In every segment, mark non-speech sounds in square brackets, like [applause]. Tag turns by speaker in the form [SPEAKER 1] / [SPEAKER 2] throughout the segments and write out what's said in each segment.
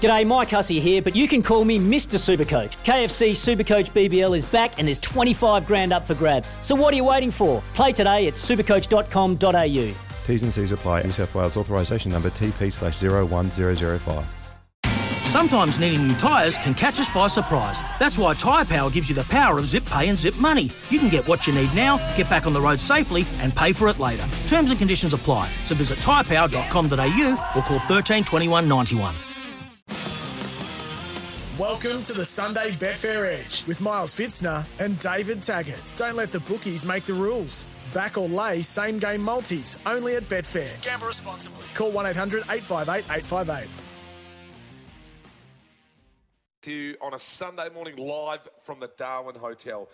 [SPEAKER 1] G'day, Mike Hussey here, but you can call me Mr. Supercoach. KFC Supercoach BBL is back and there's 25 grand up for grabs. So what are you waiting for? Play today at supercoach.com.au.
[SPEAKER 2] T's and C's apply. New South Wales authorisation number TP slash 01005.
[SPEAKER 3] Sometimes needing new tyres can catch us by surprise. That's why Tyre Power gives you the power of zip pay and zip money. You can get what you need now, get back on the road safely, and pay for it later. Terms and conditions apply. So visit tyrepower.com.au or call 13 21 91.
[SPEAKER 4] Welcome to the Sunday Betfair Edge with Miles Fitzner and David Taggart. Don't let the bookies make the rules. Back or lay, same game multis, only at Betfair. Gamble responsibly. Call 1 800 858 858.
[SPEAKER 5] to you on a Sunday morning live from the Darwin Hotel.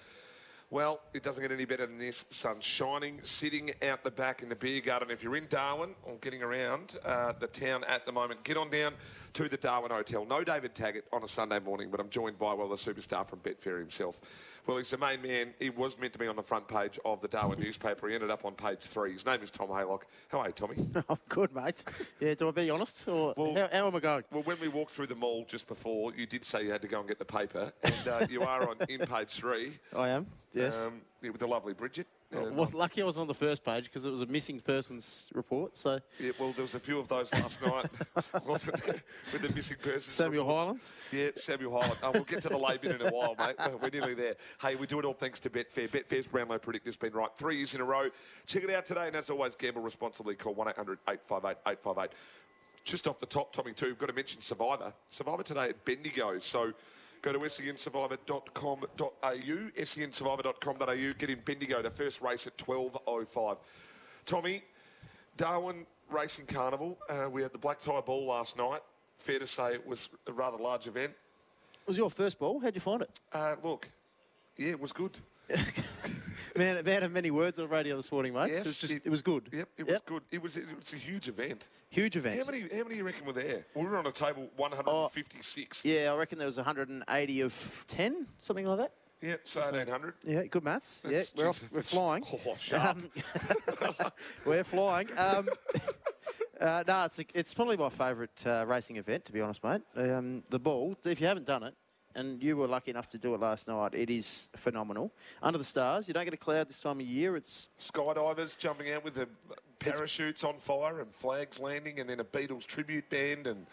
[SPEAKER 5] Well, it doesn't get any better than this. Sun shining, sitting out the back in the beer garden. If you're in Darwin or getting around uh, the town at the moment, get on down to the Darwin Hotel. No David Taggart on a Sunday morning, but I'm joined by, well, the superstar from Betfair himself. Well, he's the main man. He was meant to be on the front page of the Darwin newspaper. He ended up on page three. His name is Tom Haylock. How are you, Tommy?
[SPEAKER 6] [laughs] I'm good, mate. Yeah, do I be honest? Or
[SPEAKER 5] Well-
[SPEAKER 6] how, how am I going?
[SPEAKER 5] Well, when we walked through the mall just before, you did say you had to go and get the paper, and uh, you are
[SPEAKER 6] [laughs]
[SPEAKER 5] on in page three.
[SPEAKER 6] I am, yes. Oh.
[SPEAKER 5] Um, yeah, with the lovely Bridget. Uh,
[SPEAKER 6] I
[SPEAKER 5] And,
[SPEAKER 6] was lucky I was on the first page because it was a missing persons report. So
[SPEAKER 5] yeah, well, there was a few of those last night, [laughs] wasn't there? With the missing person.
[SPEAKER 6] Samuel Highlands.
[SPEAKER 5] Yeah, Samuel Highland. Oh, we'll get to the lay bin in a while, mate. [laughs] We're nearly there. Hey, we do it all thanks to Betfair. Betfair's Brownlow Predict has been right three years in a row. Check it out today, and as always, gamble responsibly. Call 1800 858 858. Just off the top, Tommy, too, we've got to mention Survivor. Survivor today at Bendigo. So go to E sensurvivor.com.au, sensurvivor.com.au, get in Bendigo, the first race at 12.05. Tommy, Darwin Racing Carnival, uh, we had the black tie ball last night. Fair to say it was a rather large event.
[SPEAKER 6] was your first ball? How'd you find it?
[SPEAKER 5] Uh, look, yeah, it was good.
[SPEAKER 6] Man, a man of many words on the radio this morning, mate.
[SPEAKER 5] Yes,
[SPEAKER 6] it was just, it, was good.
[SPEAKER 5] Yep, it was good. It was it was a huge event.
[SPEAKER 6] Huge event.
[SPEAKER 5] How many how many you reckon were there? We were on a table 156.
[SPEAKER 6] Oh, Yeah, I reckon there was 180 of 10, something like that.
[SPEAKER 5] yeah, so 1800.
[SPEAKER 6] Yeah, good maths.
[SPEAKER 5] That's-
[SPEAKER 6] yeah, we're,
[SPEAKER 5] Jesus,
[SPEAKER 6] off, we're
[SPEAKER 5] that's-
[SPEAKER 6] flying. Um,
[SPEAKER 5] Oh, sharp.
[SPEAKER 6] [laughs] we're flying. Um, [laughs] uh, no, it's, a, it's probably my favourite uh, racing event, to be honest, mate. Um, the ball, if you haven't done it, and you were lucky enough to do it last night, it is phenomenal. Under the stars, you don't get a cloud this time of year. It's
[SPEAKER 5] Skydivers jumping out with the parachutes on fire and flags landing, and then a Beatles tribute band and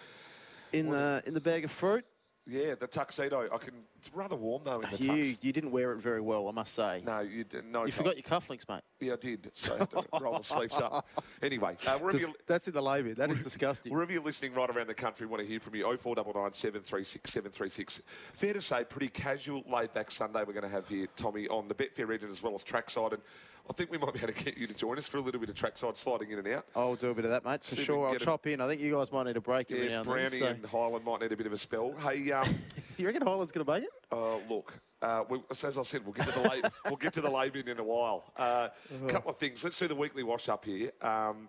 [SPEAKER 6] in the in the bag of fruit.
[SPEAKER 5] yeah, the tuxedo. I can. It's rather warm though in the
[SPEAKER 6] You
[SPEAKER 5] tux.
[SPEAKER 6] you didn't wear it very well, I must say.
[SPEAKER 5] No, you d- no.
[SPEAKER 6] You forgot your cufflinks, mate.
[SPEAKER 5] Yeah, I did. So I had to roll the sleeves
[SPEAKER 6] [laughs]
[SPEAKER 5] up. Anyway, uh, wherever you
[SPEAKER 6] That's in the lay bin. That is disgusting.
[SPEAKER 5] Wherever you're listening right around the country, we want to hear from you. 0499 736 736. Fair to say, pretty casual, laid back Sunday we're going to have here, Tommy, on the Betfair region as well as trackside. And I think we might be able to get you to join us for a little bit of trackside sliding in and out.
[SPEAKER 6] I'll do a bit of that, mate, for
[SPEAKER 5] See if we
[SPEAKER 6] sure.
[SPEAKER 5] can
[SPEAKER 6] I'll
[SPEAKER 5] get a-
[SPEAKER 6] chop in. I think you guys might need a break every
[SPEAKER 5] Yeah,
[SPEAKER 6] now and
[SPEAKER 5] Brownie
[SPEAKER 6] then. so-
[SPEAKER 5] and Highland might need a bit of a spell. Hey,
[SPEAKER 6] [laughs]
[SPEAKER 5] um,
[SPEAKER 6] You reckon Highland's going to make it?
[SPEAKER 5] uh, look, uh, we, so as I said, we'll get to the late, we'll get to the lay bin in a while. A uh,
[SPEAKER 6] Uh-huh.
[SPEAKER 5] couple of things. Let's do the weekly wash up here. Um,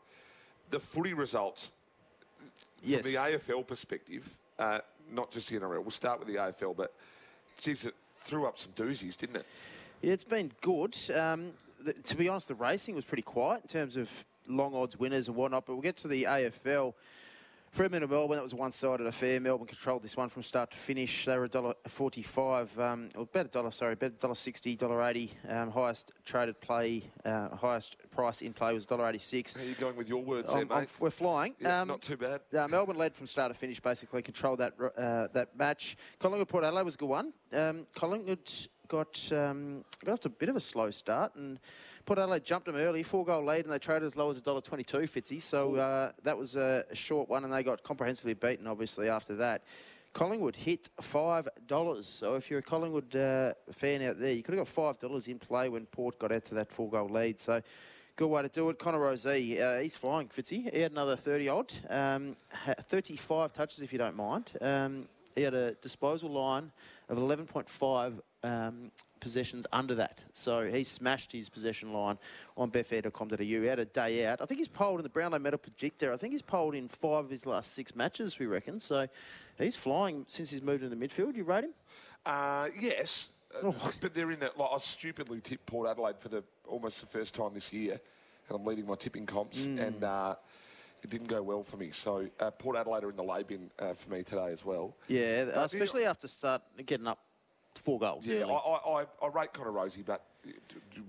[SPEAKER 5] the footy results.
[SPEAKER 6] Yes.
[SPEAKER 5] from the AFL perspective, uh, not just the NRL. We'll start with the AFL, but geez, it threw up some doozies, didn't it?
[SPEAKER 6] Yeah, it's been good. Um, th- to be honest, the racing was pretty quiet in terms of long odds winners and whatnot. But we'll get to the AFL. Fremantle Melbourne, that was a one-sided affair. Melbourne controlled this one from start to finish. They were a dollar forty-five, um, or about a dollar, sorry, about a dollar sixty, dollar eighty. Um, highest traded play, uh, highest price in play was dollar eighty-six.
[SPEAKER 5] How are you going with your words
[SPEAKER 6] I'm-
[SPEAKER 5] there,
[SPEAKER 6] Um, I'm-
[SPEAKER 5] mate?
[SPEAKER 6] we're flying.
[SPEAKER 5] Yeah, not too bad.
[SPEAKER 6] uh, Melbourne led from start to finish, basically controlled that uh, that match. Collingwood Port Adelaide was a good one. Um, Collingwood got um, got off to a bit of a slow start, and Port Adelaide jumped them early, four goal lead, and they traded as low as $1.22, Fitzy. So uh, that was a short one, and they got comprehensively beaten, obviously after that. Collingwood hit five dollars. So if you're a Collingwood uh, fan out there, you could have got five dollars in play when Port got out to that four goal lead. So Good way to do it. Connor Rosé, uh, he's flying, Fitzy. He had another 30 odd, um, ha- 35 touches, if you don't mind. Um, he had a disposal line of 11.5 um, possessions under that. So he smashed his possession line on betfair.com.au. He had a day out. I think he's polled in the Brownlow Medal Predictor. I think he's polled in five of his last six matches, we reckon. So he's flying since he's moved into the midfield. You rate him?
[SPEAKER 5] Uh, yes, uh,
[SPEAKER 6] Oh.
[SPEAKER 5] but they're in that. Like, I stupidly tipped
[SPEAKER 6] Hmm.
[SPEAKER 5] Port Adelaide for the almost the first time this year, and I'm leading my tipping comps. And uh, It didn't go well for me. So uh, Port Adelaide are in the lay bin uh, for me today as well.
[SPEAKER 6] Yeah, th- Uh, especially after start getting up four goals.
[SPEAKER 5] uh, Yeah,
[SPEAKER 6] early.
[SPEAKER 5] I, I, I, I rate Connor Rosie, but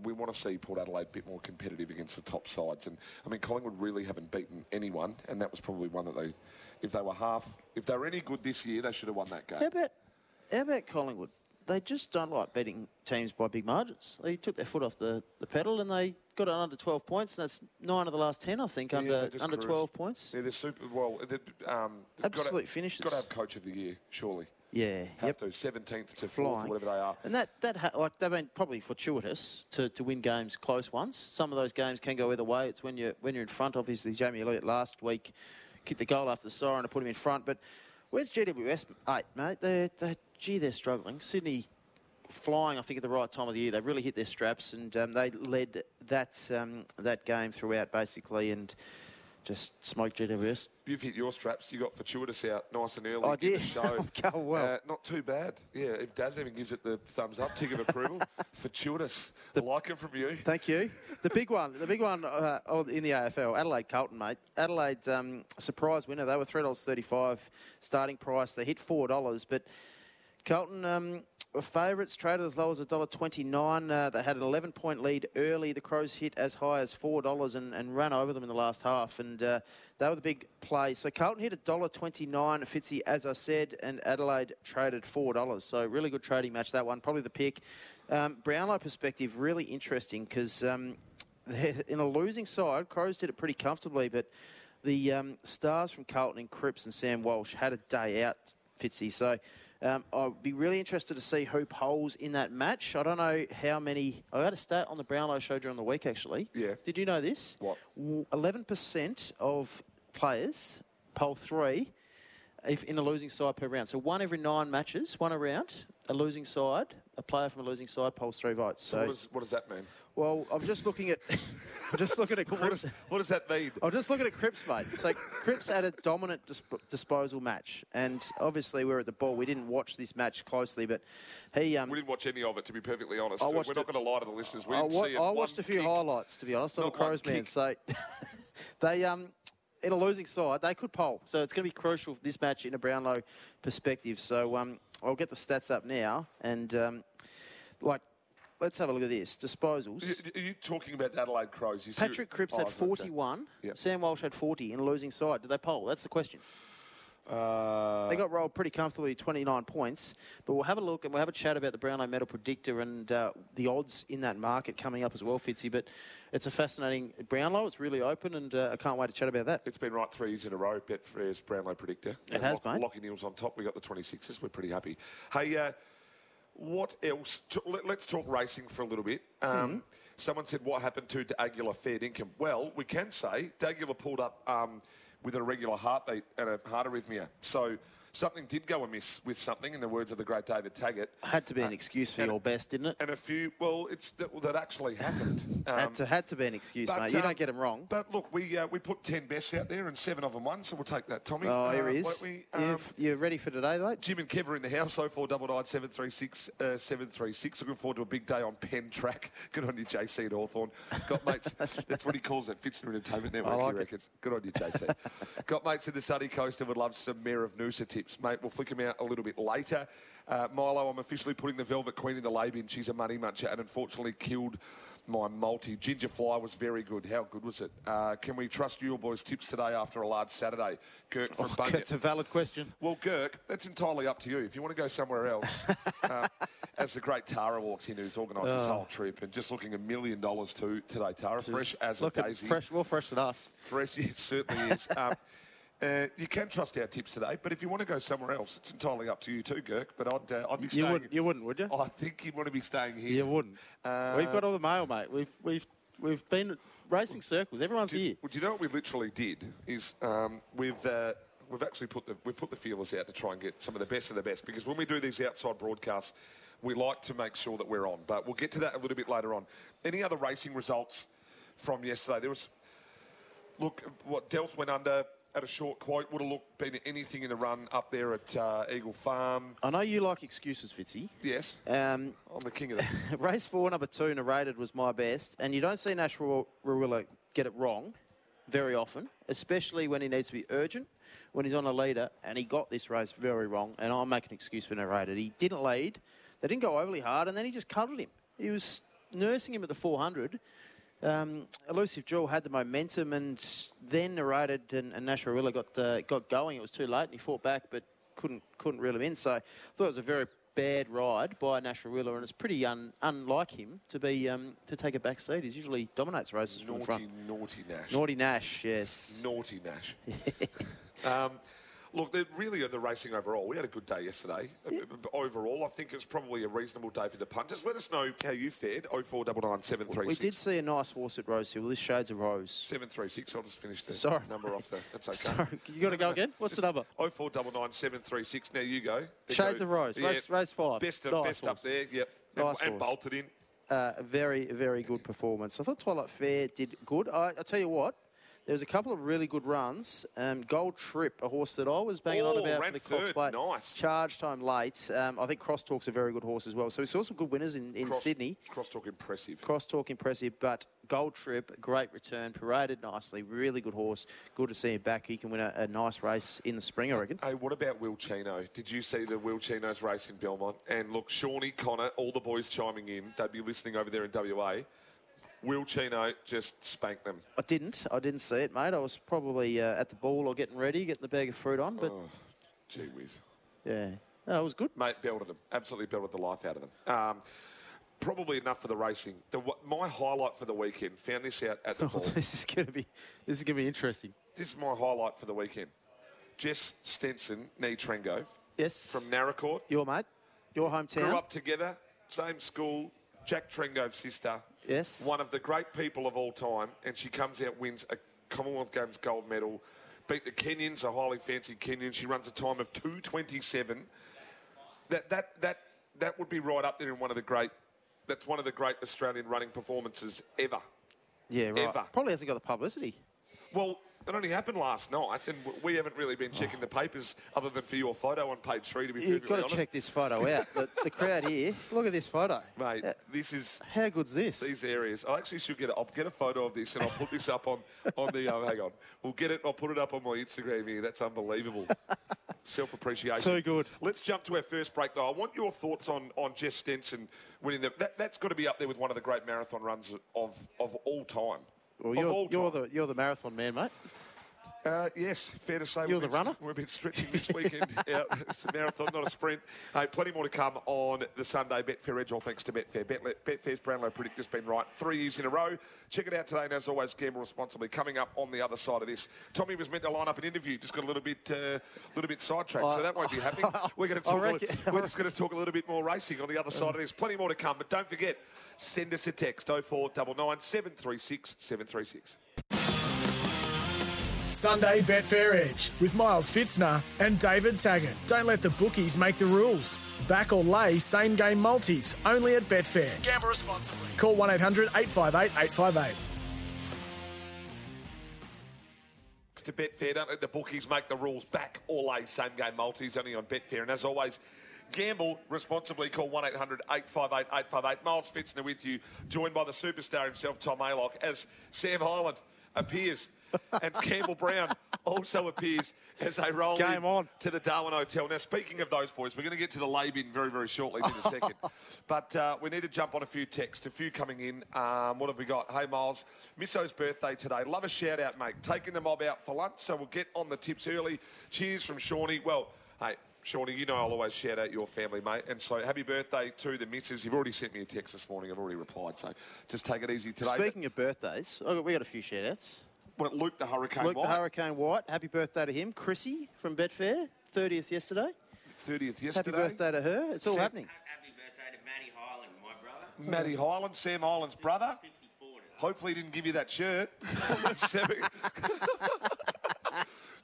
[SPEAKER 5] we want to see Port Adelaide a bit more competitive against the top sides. And I mean, Collingwood really haven't beaten anyone, and that was probably one that they, if they were half, if they were any good this year, they should have won that game.
[SPEAKER 6] How about how about Collingwood? They just don't like beating teams by big margins. They took their foot off the, the pedal and they got it under 12 points, and that's nine of the last 10, I think,
[SPEAKER 5] Yeah,
[SPEAKER 6] under
[SPEAKER 5] they just
[SPEAKER 6] under
[SPEAKER 5] cruised.
[SPEAKER 6] 12 points.
[SPEAKER 5] Yeah, they're super. Well, they're, um, they've
[SPEAKER 6] Absolute
[SPEAKER 5] gotta,
[SPEAKER 6] finishes.
[SPEAKER 5] Got to have coach of the year, surely.
[SPEAKER 6] Yeah,
[SPEAKER 5] Have
[SPEAKER 6] yep.
[SPEAKER 5] to seventeenth to fourth,
[SPEAKER 6] Flying.
[SPEAKER 5] or whatever they are.
[SPEAKER 6] And that, that ha- like they've been probably fortuitous to, to win games close ones. Some of those games can go either way. It's when you're when you're in front. Obviously, Jamie Elliott last week kicked the goal after the siren to put him in front. But where's GWS eight, mate? They they gee, they're struggling. Sydney flying, I think, at the right time of the year. They've really hit their straps and um, they led that um, that game throughout basically and just smoked GWS.
[SPEAKER 5] You've hit your straps. You got fortuitous out nice and early.
[SPEAKER 6] I
[SPEAKER 5] did the
[SPEAKER 6] did. [laughs]
[SPEAKER 5] show.
[SPEAKER 6] Go well.
[SPEAKER 5] Uh, not too bad. Yeah, if Daz even gives it the thumbs up, tick of
[SPEAKER 6] [laughs]
[SPEAKER 5] approval. fortuitous. like it from you.
[SPEAKER 6] Thank you. The big one, the big one uh, of- in the AFL, Adelaide Carlton, mate. Adelaide um, surprise winner. They were three dollars thirty-five starting price. They hit four dollars, but Carlton um, were favourites traded as low as $1.29. Uh, they had an 11 point lead early. The Crows hit as high as $4 and, and ran over them in the last half. And uh, they were the big play. So Carlton hit $1.29, Fitzy, as I said, and Adelaide traded $4. So really good trading match, that one. Probably the pick. Um, Brownlow perspective, really interesting because. Um, [laughs] in a losing side, Crows did it pretty comfortably, but the um, stars from Carlton and Cripps and Sam Walsh had a day out, Fitzy. So um, I'll be really interested to see who polls in that match. I don't know how many. I had a stat on the Brownlow show during the week, actually.
[SPEAKER 5] Yeah.
[SPEAKER 6] Did you know this?
[SPEAKER 5] What?
[SPEAKER 6] W- 11% of players poll three if in a losing side per round. So one every nine matches, one around, a losing side, a player from a losing side polls three votes.
[SPEAKER 5] What
[SPEAKER 6] So,
[SPEAKER 5] does, what does
[SPEAKER 6] [laughs]
[SPEAKER 5] that mean?
[SPEAKER 6] well, I'm just looking at. I'm just looking at
[SPEAKER 5] What
[SPEAKER 6] Cripps.
[SPEAKER 5] does, what does that mean?
[SPEAKER 6] I was just looking at Cripps, mate. So Cripps had a dominant disp- disposal match, and obviously we were at the ball. We didn't watch this match closely, but he. Um,
[SPEAKER 5] We didn't watch any of it, to be perfectly honest.
[SPEAKER 6] I
[SPEAKER 5] We're
[SPEAKER 6] watched
[SPEAKER 5] not
[SPEAKER 6] it-
[SPEAKER 5] going to lie to the listeners. We
[SPEAKER 6] I,
[SPEAKER 5] didn't
[SPEAKER 6] wa-
[SPEAKER 5] see it.
[SPEAKER 6] I watched
[SPEAKER 5] One
[SPEAKER 6] a few
[SPEAKER 5] kick.
[SPEAKER 6] highlights, to be honest, on
[SPEAKER 5] Not one
[SPEAKER 6] Crows man.
[SPEAKER 5] kick.
[SPEAKER 6] So [laughs] they um, in a losing side, they could poll. So it's going to be crucial for this match in a Brownlow perspective. So um, I'll get the stats up now, and um, like, let's have a look at this disposals.
[SPEAKER 5] Y- y- Are you talking about the Adelaide Crows? You see-
[SPEAKER 6] Patrick Cripps
[SPEAKER 5] Oh,
[SPEAKER 6] had
[SPEAKER 5] okay.
[SPEAKER 6] 41.
[SPEAKER 5] Yep.
[SPEAKER 6] Sam Walsh had 40 in a losing side. Did they poll? That's the question.
[SPEAKER 5] Uh,
[SPEAKER 6] They got rolled pretty comfortably, 29 points. But we'll have a look and we'll have a chat about the Brownlow medal predictor and uh, the odds in that market coming up as well, Fitzy. But it's a fascinating Brownlow. It's really open, and uh, I can't wait to chat about that.
[SPEAKER 5] It's been right three years in a row, Betfair's Brownlow Predictor.
[SPEAKER 6] It has,
[SPEAKER 5] Lock-
[SPEAKER 6] mate.
[SPEAKER 5] Lockie Neal's on top. we got the 26s. We're pretty happy. Hey, uh, what else? T- let, us talk racing for a little bit. Um,
[SPEAKER 6] Hmm.
[SPEAKER 5] Someone said, what happened to D'Agula Fair Income? Well, we can say D'Agula pulled up um, with an irregular heartbeat and a heart arrhythmia. So something did go amiss with something, in the words of the great David Taggart.
[SPEAKER 6] Had to be an excuse for your best, didn't it?
[SPEAKER 5] Uh, And a few, well, it's that, well, that actually happened. Um,
[SPEAKER 6] Had to, had to be an excuse,
[SPEAKER 5] but,
[SPEAKER 6] mate. You
[SPEAKER 5] um,
[SPEAKER 6] don't get them wrong.
[SPEAKER 5] But look, we uh, we put ten best out there, and seven of them won. So we'll take that, Tommy.
[SPEAKER 6] oh,
[SPEAKER 5] Uh,
[SPEAKER 6] here he is.
[SPEAKER 5] won't we?
[SPEAKER 6] you,
[SPEAKER 5] Um,
[SPEAKER 6] you're ready for today, [laughs] mate?
[SPEAKER 5] Jim and Kev are in the house. 0499 736 uh, 736. Looking forward to a big day on Penn Track. [laughs] Good on you, JC and Hawthorne. Got mates. that's what he calls it. Fitzner Entertainment Network.
[SPEAKER 6] I like
[SPEAKER 5] he
[SPEAKER 6] it.
[SPEAKER 5] reckons. Good on you, JC. Got mates in the sunny coast and would love some Mayor of Noosa tips, mate. We'll flick them out a little bit later. Uh, Milo, I'm officially putting the Velvet Queen in the lay bin. She's a money muncher and unfortunately killed my multi. Ginger Fly was very good. How good was it? Uh, can we trust your boys' tips today after a large Saturday? Gert from Bunya.
[SPEAKER 6] That's Oh, a valid question.
[SPEAKER 5] Well, Girk, that's entirely up to you. If you want to go somewhere
[SPEAKER 6] [laughs]
[SPEAKER 5] else, uh, as the great Tara walks in, who's organised
[SPEAKER 6] Oh.
[SPEAKER 5] this whole trip and just looking a million dollars too today, Tara, fresh as
[SPEAKER 6] Look,
[SPEAKER 5] a
[SPEAKER 6] at-
[SPEAKER 5] daisy,
[SPEAKER 6] fresh, more fresh than us.
[SPEAKER 5] fresh [laughs] it certainly is. Um, uh, you can trust our tips today, but if you want to go somewhere else, it's entirely up to you too, Girk. But I'd, uh, I'd be staying.
[SPEAKER 6] wouldn't- you wouldn't, would you?
[SPEAKER 5] I think you'd want to be staying here.
[SPEAKER 6] You wouldn't.
[SPEAKER 5] Uh,
[SPEAKER 6] we've got all the mail, mate. We've, we've, we've been racing circles. Everyone's
[SPEAKER 5] Do
[SPEAKER 6] here.
[SPEAKER 5] you, well, do you know what we literally did is um, we've uh, we've actually put the we've put the feelers out to try and get some of the best of the best because when we do these outside broadcasts, we like to make sure that we're on. But we'll get to that a little bit later on. Any other racing results from yesterday? There was look what Delft went under. At a short quote, would have looked been anything in the run up there at uh, Eagle Farm.
[SPEAKER 6] I know you like excuses, Fitzy.
[SPEAKER 5] Yes,
[SPEAKER 6] Um, [laughs]
[SPEAKER 5] I'm the king of that.
[SPEAKER 6] race four, number two, narrated was my best, and you don't see Nash Ruilla get it wrong very often, especially when he needs to be urgent, when he's on a leader, and he got this race very wrong. And I'll make an excuse for narrated. He didn't lead, they didn't go overly hard, and then he just cuddled him. He was nursing him at the 400. Um, Elusive Jewel had the momentum, and then narrated, and, and Nasharilla got uh, got going. It was too late, and he fought back, but couldn't couldn't reel him in. So I thought it was a very bad ride by Nasharilla, and it's pretty un, unlike him to be um, to take a back seat. He usually dominates races from the front.
[SPEAKER 5] Naughty, naughty Nash.
[SPEAKER 6] Naughty Nash, yes.
[SPEAKER 5] Naughty Nash. [laughs] um, look, they're really the racing overall. We had a good day yesterday. Uh, Overall, I think it's probably a reasonable day for the punters. Let us know how you fared. Oh four double nine seven three
[SPEAKER 6] we
[SPEAKER 5] six
[SPEAKER 6] did see a nice Warsaw Rose here. Well, this shade's a rose.
[SPEAKER 5] seven three six. I'll just finish the
[SPEAKER 6] Sorry.
[SPEAKER 5] number off there.
[SPEAKER 6] [laughs]
[SPEAKER 5] That's okay.
[SPEAKER 6] Sorry, you got to go again. What's the number?
[SPEAKER 5] Oh four double nine seven three six. Now you go. There
[SPEAKER 6] Shades
[SPEAKER 5] go.
[SPEAKER 6] of Rose, race- race five.
[SPEAKER 5] Best,
[SPEAKER 6] Nice
[SPEAKER 5] best up
[SPEAKER 6] horse.
[SPEAKER 5] there. Yep.
[SPEAKER 6] Nice
[SPEAKER 5] and, and
[SPEAKER 6] horse.
[SPEAKER 5] bolted in.
[SPEAKER 6] Uh, a very, very good performance. I thought Twilight Fair did good. I, I tell you what, there was a couple of really good runs. Um, Gold Trip, a horse that I was banging on
[SPEAKER 5] Oh,
[SPEAKER 6] about
[SPEAKER 5] ran
[SPEAKER 6] for the Cox
[SPEAKER 5] third.
[SPEAKER 6] Plate.
[SPEAKER 5] Nice.
[SPEAKER 6] Charge time late. Um, I think Crosstalk's a very good horse as well. So we saw some good winners in, in
[SPEAKER 5] Cross-
[SPEAKER 6] Sydney.
[SPEAKER 5] Crosstalk impressive.
[SPEAKER 6] Crosstalk impressive, but Gold Trip, great return, paraded nicely, really good horse. Good to see him back. He can win a, a nice race in the spring, I reckon.
[SPEAKER 5] Hey, what about Will Chino? Did you see the Will Chino's race in Belmont? And look, Shawnee, Connor, all the boys chiming in. They'd be listening over there in WA. Will Chino just spanked them.
[SPEAKER 6] I didn't. I didn't see it, mate. I was probably uh, at the ball or getting ready, getting the bag of fruit on,
[SPEAKER 5] Oh.
[SPEAKER 6] but
[SPEAKER 5] Gee whiz.
[SPEAKER 6] yeah, no, it was good.
[SPEAKER 5] Mate, belted them. Absolutely belted the life out of them. Um, probably enough for the racing. The, wh- my highlight for the weekend, found this out at the ball.
[SPEAKER 6] this is gonna be this is gonna be interesting.
[SPEAKER 5] This is my highlight for the weekend. Jess Stenson, Nee Trengo
[SPEAKER 6] Yes,
[SPEAKER 5] from Narracourt.
[SPEAKER 6] your mate, your hometown.
[SPEAKER 5] Grew up together, same school. Jack Trengo's sister.
[SPEAKER 6] Yes.
[SPEAKER 5] One of the great people of all time, and she comes out wins a Commonwealth Games gold medal, beat the Kenyans, a highly fancied Kenyan. She runs a time of two twenty seven. That that that that would be right up there in one of the great. That's one of the great Australian running performances ever.
[SPEAKER 6] yeah, right.
[SPEAKER 5] Ever.
[SPEAKER 6] Probably hasn't got the publicity.
[SPEAKER 5] Well, it only happened last night, and w- we haven't really been checking the papers other than for your photo on page three. To be
[SPEAKER 6] You've
[SPEAKER 5] perfectly
[SPEAKER 6] got to
[SPEAKER 5] honest,
[SPEAKER 6] check this photo out. the, the crowd here. Look at this photo,
[SPEAKER 5] mate.
[SPEAKER 6] Uh,
[SPEAKER 5] This is
[SPEAKER 6] How good's this?
[SPEAKER 5] these areas. I actually should get. A, I'll get a photo of this and I'll put this up on on the. Um, hang on, we'll get it. I'll put it up on my Instagram here. That's unbelievable. Self appreciation.
[SPEAKER 6] Too good.
[SPEAKER 5] Let's jump to our first break, though. I want your thoughts on on Jess Stenson winning the. That, that's got to be up there with one of the great marathon runs of of all time.
[SPEAKER 6] well,
[SPEAKER 5] Of all
[SPEAKER 6] you're, you're
[SPEAKER 5] time.
[SPEAKER 6] the you're the marathon man, mate.
[SPEAKER 5] Uh, yes, fair to say.
[SPEAKER 6] You're
[SPEAKER 5] we've
[SPEAKER 6] the
[SPEAKER 5] been-
[SPEAKER 6] runner?
[SPEAKER 5] We've been stretching this
[SPEAKER 6] [laughs]
[SPEAKER 5] weekend. out. It's a marathon, not a sprint. Hey, plenty more to come on the Sunday Betfair Edge, all thanks to Betfair. Bet, Betfair's Brownlow Predict has been right three years in a row. Check it out today, and as always, gamble responsibly. Coming up on the other side of this, Tommy was meant to line up an interview, just got a little bit, uh, little bit sidetracked, so that won't be happening. We're going to
[SPEAKER 6] [laughs] I
[SPEAKER 5] talk. a
[SPEAKER 6] reckon-
[SPEAKER 5] little- we're just going to talk a little bit more racing on the other side of this. Plenty more to come, but don't forget, send us a text 0499 736 736.
[SPEAKER 4] Sunday Betfair Edge with Miles Fitzner and David Taggart. Don't let the bookies make the rules. Back or lay, same game multis, only at Betfair. Gamble responsibly. Call 1 800 858 858.
[SPEAKER 5] to Betfair. Don't let the bookies make the rules. Back all A same game multis only on Betfair. And as always, gamble responsibly. Call 1 800 858 858. Miles Fitzner with you, joined by the superstar himself, Tom Aylock, as Sam Highland appears.
[SPEAKER 6] [laughs]
[SPEAKER 5] and Campbell Brown also appears as they roll
[SPEAKER 6] Game
[SPEAKER 5] in
[SPEAKER 6] on.
[SPEAKER 5] to the Darwin Hotel. Now, speaking of those boys, we're going to get to the lay bin very, very shortly
[SPEAKER 6] [laughs]
[SPEAKER 5] in a second. But uh, we need to jump on a few texts, a few coming in. Um, what have we got? Hey, Miles, Misso's birthday today. Love a shout out, mate. Taking the mob out for lunch, so we'll get on the tips early. Cheers from Shawnee. Well, hey, Shawnee, you know I'll always shout out your family, mate. And so happy birthday to the missus. You've already sent me a text this morning. I've already replied, so just take it easy today.
[SPEAKER 6] Speaking of birthdays, I got, we got a few shout outs.
[SPEAKER 5] But Luke the Hurricane
[SPEAKER 6] Luke
[SPEAKER 5] White,
[SPEAKER 6] the Hurricane White, happy birthday to him. Chrissy from Betfair, 30th yesterday.
[SPEAKER 5] 30th yesterday.
[SPEAKER 6] Happy birthday to her. It's all
[SPEAKER 5] Sam-
[SPEAKER 6] happening.
[SPEAKER 7] Happy birthday to Matty Highland, my brother.
[SPEAKER 5] Matty Highland, Sam Highland's brother.
[SPEAKER 7] 54 today.
[SPEAKER 5] Hopefully, he didn't give you that shirt.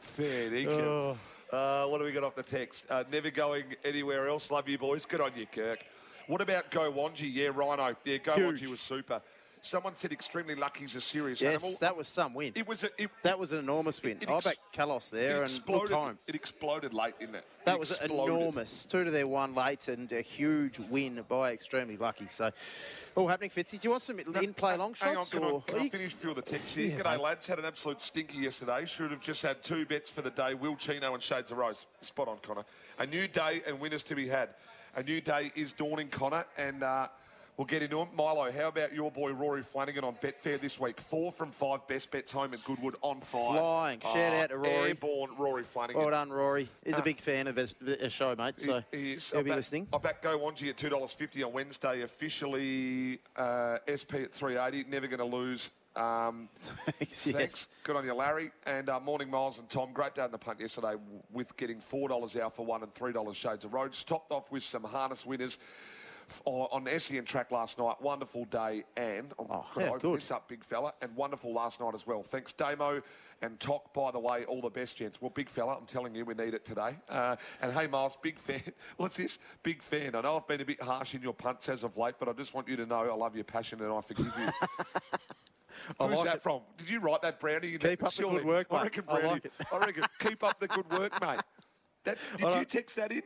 [SPEAKER 5] Fair dinkum. Uh, what do we got off the text? Uh, never going anywhere else. Love you, boys. Good on you, Kirk. What about Go Wanji? Yeah, Rhino. Yeah, Go Wanji was super. Someone said extremely lucky is a serious animal.
[SPEAKER 6] Yes, that was some win.
[SPEAKER 5] it was a, it,
[SPEAKER 6] That was an enormous win.
[SPEAKER 5] It
[SPEAKER 6] I
[SPEAKER 5] ex-
[SPEAKER 6] bet Kalos there
[SPEAKER 5] it
[SPEAKER 6] and good
[SPEAKER 5] exploded.
[SPEAKER 6] time.
[SPEAKER 5] It exploded late in that.
[SPEAKER 6] That
[SPEAKER 5] It
[SPEAKER 6] was
[SPEAKER 5] exploded.
[SPEAKER 6] enormous. Two to their one late and a huge win by extremely lucky. So, all happening, Fitzy. Do you want some in-play long
[SPEAKER 5] Hang on,
[SPEAKER 6] shots?
[SPEAKER 5] can,
[SPEAKER 6] or
[SPEAKER 5] I, can
[SPEAKER 6] are
[SPEAKER 5] I
[SPEAKER 6] you-
[SPEAKER 5] finish a few of the texts here?
[SPEAKER 6] Yeah,
[SPEAKER 5] G'day,
[SPEAKER 6] mate.
[SPEAKER 5] lads. Had an absolute stinker yesterday. Should have just had two bets for the day. Will Chino and Shades of Rose. Spot on, Connor. A new day and winners to be had. A new day is dawning, Connor, and uh, we'll get into them. Milo, how about your boy Rory Flanagan on Betfair this week? Four from five best bets home at Goodwood on fire. Ah,
[SPEAKER 6] Flying. Shout out to Rory.
[SPEAKER 5] Airborne Rory Flanagan.
[SPEAKER 6] well done, Rory. He's a big fan of the show, mate. So
[SPEAKER 5] Ah. He- he is.
[SPEAKER 6] he'll
[SPEAKER 5] I'll Oh,
[SPEAKER 6] be
[SPEAKER 5] back-
[SPEAKER 6] listening.
[SPEAKER 5] I'll back Go Wanji at two dollars fifty on Wednesday. Officially uh, SP at three eighty. Never going to lose. Um,
[SPEAKER 6] [laughs] Yes.
[SPEAKER 5] Thanks. Good on you, Larry. And uh, morning, Miles and Tom. Great day on the punt yesterday w- with getting four dollars out for one and three dollars shades of roads. Topped off with some harness winners. f- On on SEN track last night, wonderful day, and I'm
[SPEAKER 6] Oh,
[SPEAKER 5] gonna
[SPEAKER 6] yeah,
[SPEAKER 5] open
[SPEAKER 6] good.
[SPEAKER 5] this up, big fella, and wonderful last night as well. Thanks, Damo and Toc. By the way, all the best, gents. Well, big fella, I'm telling you, we need it today. Uh, and hey, Miles, big fan. [laughs] What's this? Big fan. I know I've been a bit harsh in your punts as of late, but I just want you to know I love your passion and I forgive you. Who's
[SPEAKER 6] like
[SPEAKER 5] that
[SPEAKER 6] it.
[SPEAKER 5] from? Did you write that, Brownie? You
[SPEAKER 6] Keep
[SPEAKER 5] know,
[SPEAKER 6] up the good work,
[SPEAKER 5] I
[SPEAKER 6] mate.
[SPEAKER 5] reckon,
[SPEAKER 6] I like
[SPEAKER 5] Brownie.
[SPEAKER 6] it.
[SPEAKER 5] I reckon. Keep up the good work, mate.
[SPEAKER 6] [laughs]
[SPEAKER 5] That, did you text that in?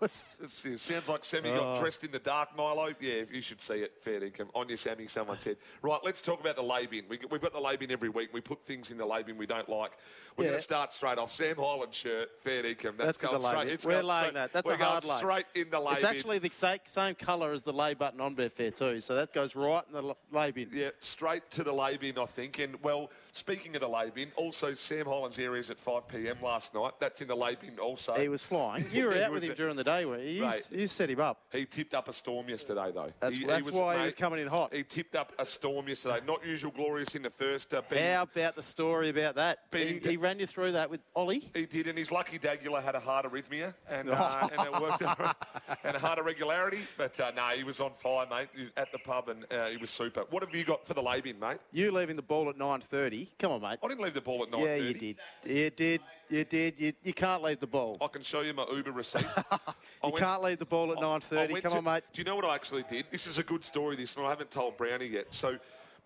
[SPEAKER 5] It's- It sounds like Sammy
[SPEAKER 6] Oh.
[SPEAKER 5] got dressed in the dark, Milo. Yeah, you should see it. Fair income. On your Sammy, someone said. Right, let's talk about the lay bin. We, we've got the lay bin every week. We put things in the lay bin we don't like. We're
[SPEAKER 6] Yeah.
[SPEAKER 5] going to start straight off. Sam Highland shirt, fair income. That's,
[SPEAKER 6] That's in
[SPEAKER 5] going
[SPEAKER 6] the lay
[SPEAKER 5] straight.
[SPEAKER 6] bin.
[SPEAKER 5] it's
[SPEAKER 6] We're
[SPEAKER 5] going
[SPEAKER 6] laying
[SPEAKER 5] straight-
[SPEAKER 6] that. That's
[SPEAKER 5] we're
[SPEAKER 6] a hard
[SPEAKER 5] going
[SPEAKER 6] lay.
[SPEAKER 5] straight in the lay
[SPEAKER 6] It's
[SPEAKER 5] bin.
[SPEAKER 6] actually the same, same colour as the lay button on Betfair too, so that goes right in the l- lay bin.
[SPEAKER 5] Yeah, straight to the lay bin, I think. And well, speaking of the lay bin, also Sam Holland's areas at 5 p.m. last night. That's in the lay bin also.
[SPEAKER 6] He was flying. You
[SPEAKER 5] [laughs]
[SPEAKER 6] were
[SPEAKER 5] He
[SPEAKER 6] out with
[SPEAKER 5] was
[SPEAKER 6] him
[SPEAKER 5] a-
[SPEAKER 6] during the day. Were you? You
[SPEAKER 5] Right.
[SPEAKER 6] s- You set him up.
[SPEAKER 5] He tipped up a storm yesterday, though.
[SPEAKER 6] That's- that's why he was coming in hot.
[SPEAKER 5] He tipped up a storm yesterday. Not usual glorious in the first. Uh, beating-
[SPEAKER 6] How about the story about that?
[SPEAKER 5] Beating
[SPEAKER 6] He,
[SPEAKER 5] Ta-
[SPEAKER 6] he ran you through that with Ollie.
[SPEAKER 5] He did, and his lucky Dagula had a heart arrhythmia, and,
[SPEAKER 6] [laughs]
[SPEAKER 5] uh, and it worked, out right. and a heart irregularity. But uh, no, he was on fire, mate, at the pub, and uh, he was super. What have you got for the lay bin, mate?
[SPEAKER 6] You leaving the ball at 9.30. Come on, mate.
[SPEAKER 5] I didn't leave the ball at 9:30.
[SPEAKER 6] Yeah, you did. You did. You did. You, you can't leave the ball.
[SPEAKER 5] I can show you my Uber
[SPEAKER 6] [laughs]
[SPEAKER 5] receipt. I
[SPEAKER 6] You
[SPEAKER 5] went-
[SPEAKER 6] can't leave the ball at
[SPEAKER 5] I- I
[SPEAKER 6] 9.30.
[SPEAKER 5] went
[SPEAKER 6] Come
[SPEAKER 5] to-
[SPEAKER 6] on, mate.
[SPEAKER 5] Do you know what I actually did? This is a good story, this, and I haven't told Brownie yet. So,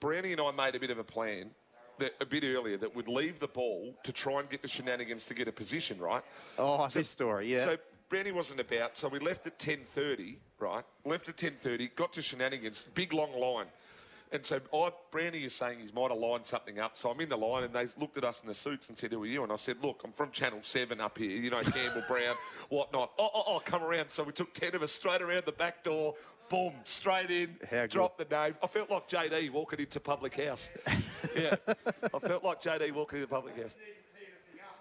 [SPEAKER 5] Brownie and I made a bit of a plan that, a bit earlier that would leave the ball to try and get the shenanigans to get a position, right?
[SPEAKER 6] Oh, this story, yeah.
[SPEAKER 5] So, Brownie wasn't about, so we left at 10.30, right? Left at 10.30, got to shenanigans, big long line. And so I, Brownie is saying he's might have lined something up. So I'm in the line and they looked at us in the suits and said, Who are you? And I said, Look, I'm from Channel 7 up here, you know, Campbell Brown, [laughs] whatnot. Oh, oh, oh, come around. So we took 10 of us straight around the back door, boom, straight in,
[SPEAKER 6] How good.
[SPEAKER 5] dropped the name. I felt like JD walking into public house. [laughs] yeah, I felt like JD walking into public house.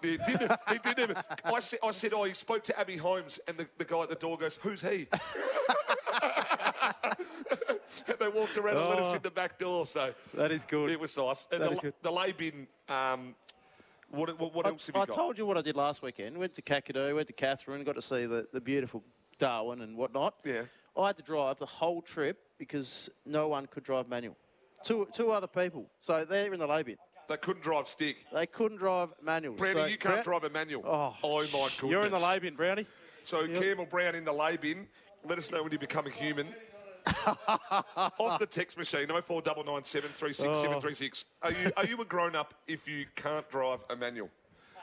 [SPEAKER 5] He didn't. He didn't. Even, I, said, I said, oh, he spoke to Abby Holmes, and the, the guy at the door goes, who's he? [laughs] and they walked around and let us
[SPEAKER 6] Oh.
[SPEAKER 5] in the back door. So
[SPEAKER 6] That is good.
[SPEAKER 5] It was nice. And
[SPEAKER 6] That
[SPEAKER 5] the,
[SPEAKER 6] is good.
[SPEAKER 5] the lay bin. Um, what what, what
[SPEAKER 6] I,
[SPEAKER 5] else have you
[SPEAKER 6] I
[SPEAKER 5] got?
[SPEAKER 6] told you what I did last weekend. Went to Kakadu, went to Catherine, got to see the, the beautiful Darwin and whatnot.
[SPEAKER 5] Yeah.
[SPEAKER 6] I had to drive the whole trip because no one could drive manual. Two, two other people. So they're in the lay bin.
[SPEAKER 5] they couldn't drive stick.
[SPEAKER 6] They couldn't drive manual.
[SPEAKER 5] Brownie,
[SPEAKER 6] so
[SPEAKER 5] you can't
[SPEAKER 6] Brown-
[SPEAKER 5] drive a manual.
[SPEAKER 6] Oh,
[SPEAKER 5] my
[SPEAKER 6] sh-
[SPEAKER 5] goodness.
[SPEAKER 6] You're in the lay bin, Brownie.
[SPEAKER 5] So Campbell Brown in the lay bin. Let us know when you become a human.
[SPEAKER 6] [laughs]
[SPEAKER 5] Off the text machine,
[SPEAKER 6] Oh.
[SPEAKER 5] 0499736736. Are you are you a grown up if you can't drive a manual?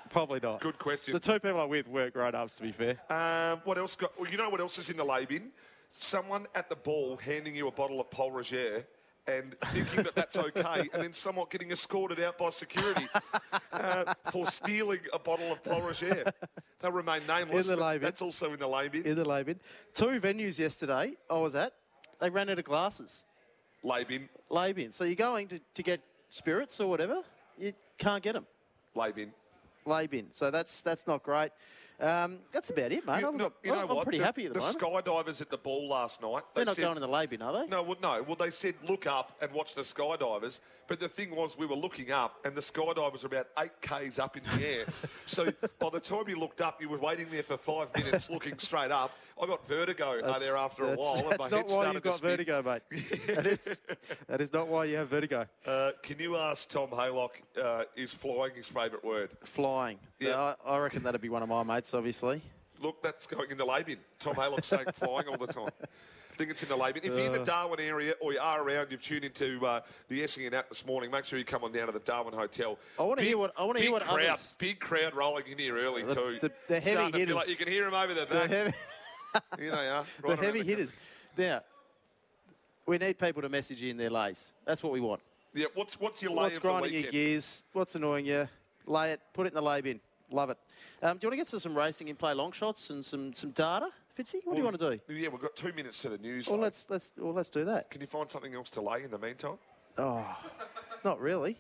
[SPEAKER 6] Probably not.
[SPEAKER 5] Good question.
[SPEAKER 6] The two people I'm with were grown ups, to be fair.
[SPEAKER 5] Um, what else got? Well, you know what else is in the lay bin? Someone at the ball handing you a bottle of Paul Roger and thinking that
[SPEAKER 6] [laughs]
[SPEAKER 5] that's okay, and then somewhat getting escorted out by security uh, for stealing a bottle of Paul Roger. They remain nameless.
[SPEAKER 6] In the
[SPEAKER 5] but
[SPEAKER 6] lay bin.
[SPEAKER 5] That's also in the lay bin.
[SPEAKER 6] in the lay bin. Two venues yesterday I was at, they ran out of glasses.
[SPEAKER 5] lay bin.
[SPEAKER 6] Lay bin. So you're going to, to get spirits or whatever, you can't get them.
[SPEAKER 5] Lay bin.
[SPEAKER 6] Lay bin. So that's that's not great. Um, that's about it, mate.
[SPEAKER 5] You,
[SPEAKER 6] I've
[SPEAKER 5] no,
[SPEAKER 6] got-
[SPEAKER 5] you know
[SPEAKER 6] I'm
[SPEAKER 5] what?
[SPEAKER 6] pretty
[SPEAKER 5] the,
[SPEAKER 6] happy at the,
[SPEAKER 5] the
[SPEAKER 6] moment.
[SPEAKER 5] skydivers at the ball last night.
[SPEAKER 6] They're not
[SPEAKER 5] said-
[SPEAKER 6] going in the lay bin, are they?
[SPEAKER 5] No, well, no. Well, they said look up and watch the skydivers. But the thing was, we were looking up, and the skydivers were about eight k's up in the
[SPEAKER 6] [laughs]
[SPEAKER 5] air. so by the time you looked up, you were waiting there for five minutes, looking straight up. I got vertigo uh,
[SPEAKER 6] That's-
[SPEAKER 5] there after a
[SPEAKER 6] that's-
[SPEAKER 5] while, and
[SPEAKER 6] That's
[SPEAKER 5] my
[SPEAKER 6] not
[SPEAKER 5] head
[SPEAKER 6] why
[SPEAKER 5] started
[SPEAKER 6] you've
[SPEAKER 5] to
[SPEAKER 6] got
[SPEAKER 5] spin.
[SPEAKER 6] vertigo, mate. that, is, that is not why you have vertigo.
[SPEAKER 5] Uh, can you ask Tom Haylock? Uh, is flying his favourite word?
[SPEAKER 6] Flying.
[SPEAKER 5] Yeah.
[SPEAKER 6] I, I reckon that'd be one of my mates, obviously. [laughs]
[SPEAKER 5] Look, that's going in the lay bin. Tom Haylock saying flying all the time. think it's in the lane. But if you're in
[SPEAKER 6] Uh.
[SPEAKER 5] the Darwin area or you are around, you've tuned into uh, the Essendon app this morning. Make sure you come on down to the Darwin Hotel.
[SPEAKER 6] I wanna
[SPEAKER 5] Big-
[SPEAKER 6] hear what- I wanna hear
[SPEAKER 5] big
[SPEAKER 6] what
[SPEAKER 5] crowd,
[SPEAKER 6] others-
[SPEAKER 5] big crowd rolling in here early
[SPEAKER 6] The-
[SPEAKER 5] too.
[SPEAKER 6] the- the heavy
[SPEAKER 5] Starting to feel
[SPEAKER 6] hitters.
[SPEAKER 5] like you can hear them over the
[SPEAKER 6] The
[SPEAKER 5] back.
[SPEAKER 6] heavy,
[SPEAKER 5] [laughs] Here they are.
[SPEAKER 6] [laughs] the
[SPEAKER 5] right around
[SPEAKER 6] heavy
[SPEAKER 5] the
[SPEAKER 6] hitters. Now, we need people to message in their lays. That's what we want.
[SPEAKER 5] Yeah, what's what's your lay
[SPEAKER 6] What's
[SPEAKER 5] of the
[SPEAKER 6] grinding your
[SPEAKER 5] weekend?
[SPEAKER 6] gears? What's annoying you? Lay it. Put it in the lay bin. Love it. Um, do you want to get to some racing and play long shots and some, some data, Fitzy? What do you want to do?
[SPEAKER 5] Yeah, we've got two minutes to the news.
[SPEAKER 6] Well,
[SPEAKER 5] though.
[SPEAKER 6] let's let's well, let's do that.
[SPEAKER 5] Can you find something else to lay in the meantime?
[SPEAKER 6] Not really.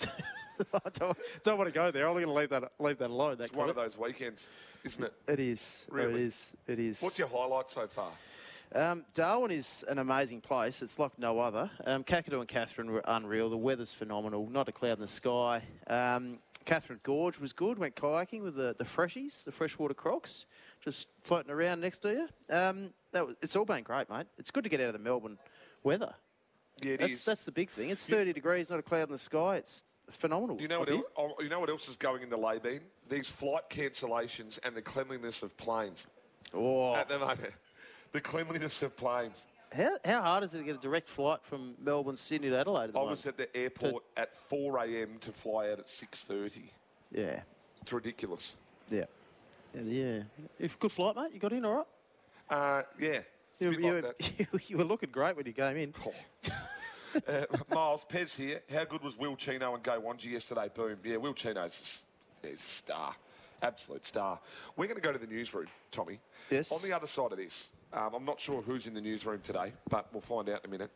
[SPEAKER 6] [laughs] I don't, don't want to go there. I'm going to leave that leave that alone. That
[SPEAKER 5] It's one of
[SPEAKER 6] comment.
[SPEAKER 5] those weekends, isn't it?
[SPEAKER 6] It is. Oh, It
[SPEAKER 5] Really?
[SPEAKER 6] is. It is.
[SPEAKER 5] What's your highlight so far?
[SPEAKER 6] Um, Darwin is an amazing place. It's like no other. Um, Kakadu and Catherine were unreal. The weather's phenomenal. Not a cloud in the sky. Um, Catherine Gorge was good. Went kayaking with the, the freshies, the freshwater crocs, just floating around next to you. Um, that was, it's all been great, mate. It's good to get out of the Melbourne weather.
[SPEAKER 5] Yeah, it is.
[SPEAKER 6] that's, that's the big thing. It's 30 degrees, not a cloud in the sky. It's phenomenal.
[SPEAKER 5] Do you know what?
[SPEAKER 6] Up
[SPEAKER 5] el- oh, you know what else is going in the lay bin? These flight cancellations and the cleanliness of planes.
[SPEAKER 6] here. Oh.
[SPEAKER 5] At the moment, [laughs] the cleanliness of planes.
[SPEAKER 6] How, how hard is it to get a direct flight from Melbourne, Sydney to Adelaide? At the
[SPEAKER 5] I was
[SPEAKER 6] moment?
[SPEAKER 5] at the airport at 4 a.m. to fly out at 6:30.
[SPEAKER 6] Yeah.
[SPEAKER 5] It's ridiculous.
[SPEAKER 6] Yeah. Yeah. yeah. If good flight, mate. You got in all right.
[SPEAKER 5] Uh, yeah, it's a
[SPEAKER 6] You,
[SPEAKER 5] bit
[SPEAKER 6] you,
[SPEAKER 5] like that.
[SPEAKER 6] [laughs] you, you were looking great when you came in.
[SPEAKER 5] Uh, Miles Pez here. How good was Will Chino and Gaywanji yesterday? Boom. Yeah, Will Chino's a s- he's a star, absolute star. We're going to go to the newsroom, Tommy.
[SPEAKER 6] Yes.
[SPEAKER 5] On the other side of this, um, I'm not sure who's in the newsroom today, but we'll find out in a minute.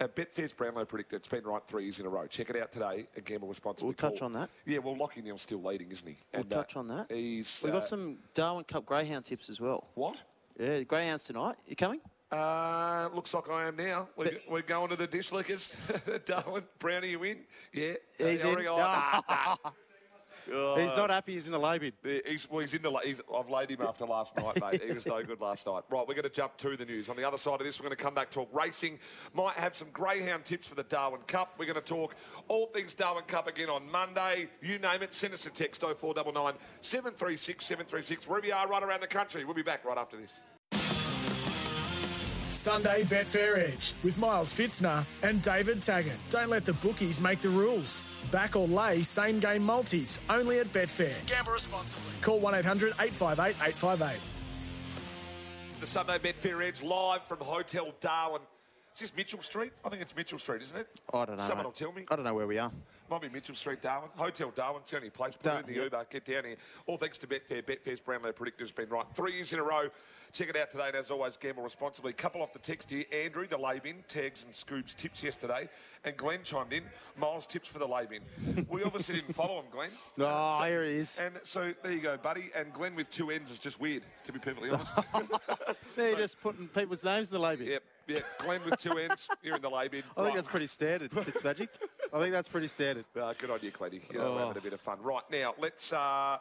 [SPEAKER 5] Uh, Betfair's Brownlow predicted it's been right three years in a row. Check it out today and gamble responsibly.
[SPEAKER 6] We'll touch
[SPEAKER 5] Call-
[SPEAKER 6] on that.
[SPEAKER 5] Yeah, well, Lockie Neal's still leading, isn't he?
[SPEAKER 6] We'll
[SPEAKER 5] And, uh,
[SPEAKER 6] touch on that.
[SPEAKER 5] He's
[SPEAKER 6] We've
[SPEAKER 5] uh,
[SPEAKER 6] got some Darwin Cup greyhound tips as well.
[SPEAKER 5] what?
[SPEAKER 6] Yeah, greyhounds tonight. You coming?
[SPEAKER 5] Uh, looks like I am now. We're, we're going to the dish lickers. [laughs] Darwin, Brownie, you in? Yeah.
[SPEAKER 6] He's in.
[SPEAKER 5] Alright, nah, nah.
[SPEAKER 6] He's not happy. He's in the labin.
[SPEAKER 5] Yeah, He's, well, he's in the. la- He's, I've laid him after last night, mate. He was no good last night. Right, we're going to jump to the news. On the other side of this, we're going to come back talk racing. Might have some greyhound tips for the Darwin Cup. We're going to talk all things Darwin Cup again on Monday. You name it. Send us a text 0499 736 736. Wherever you are, right around the country. We'll be back right after this.
[SPEAKER 4] Sunday Betfair Edge with Miles Fitzner and David Taggart. Don't let the bookies make the rules. Back or lay same game multis only at Betfair. Gamble responsibly. Call 1 800 858 858.
[SPEAKER 5] The Sunday Betfair Edge live from Hotel Darwin. Is this Mitchell Street? I think it's Mitchell Street, isn't it?
[SPEAKER 6] I don't know.
[SPEAKER 5] Someone
[SPEAKER 6] mate.
[SPEAKER 5] will tell me.
[SPEAKER 6] I don't know where we are.
[SPEAKER 5] Might be Mitchell Street, Darwin. Hotel Darwin, it's the only place. Put
[SPEAKER 6] Dar-
[SPEAKER 5] it in the
[SPEAKER 6] yeah.
[SPEAKER 5] Uber, get down here. All thanks to Betfair. Betfair's Brownlow predictor has been right three years in a row. Check it out today, and as always, gamble responsibly. Couple off the text here. Andrew, the lay bin, tags and scoops tips yesterday, and Glenn chimed in. Miles tips for the lay bin.
[SPEAKER 6] [laughs]
[SPEAKER 5] We obviously didn't follow him, Glenn.
[SPEAKER 6] Oh, here he is.
[SPEAKER 5] And so there you go, buddy. And Glenn with two ends is just weird, to be perfectly
[SPEAKER 6] [laughs]
[SPEAKER 5] honest. [laughs]
[SPEAKER 6] They're just putting people's names in the labin.
[SPEAKER 5] Yep, yep. Glenn with two ends. You're in the lay bin.
[SPEAKER 6] [laughs] I think
[SPEAKER 5] Right.
[SPEAKER 6] that's pretty standard. It's magic.
[SPEAKER 5] [laughs]
[SPEAKER 6] I think that's pretty standard.
[SPEAKER 5] Uh, good idea, Cleddy. You know, we're
[SPEAKER 6] Oh.
[SPEAKER 5] having a bit of fun. Right now, let's uh,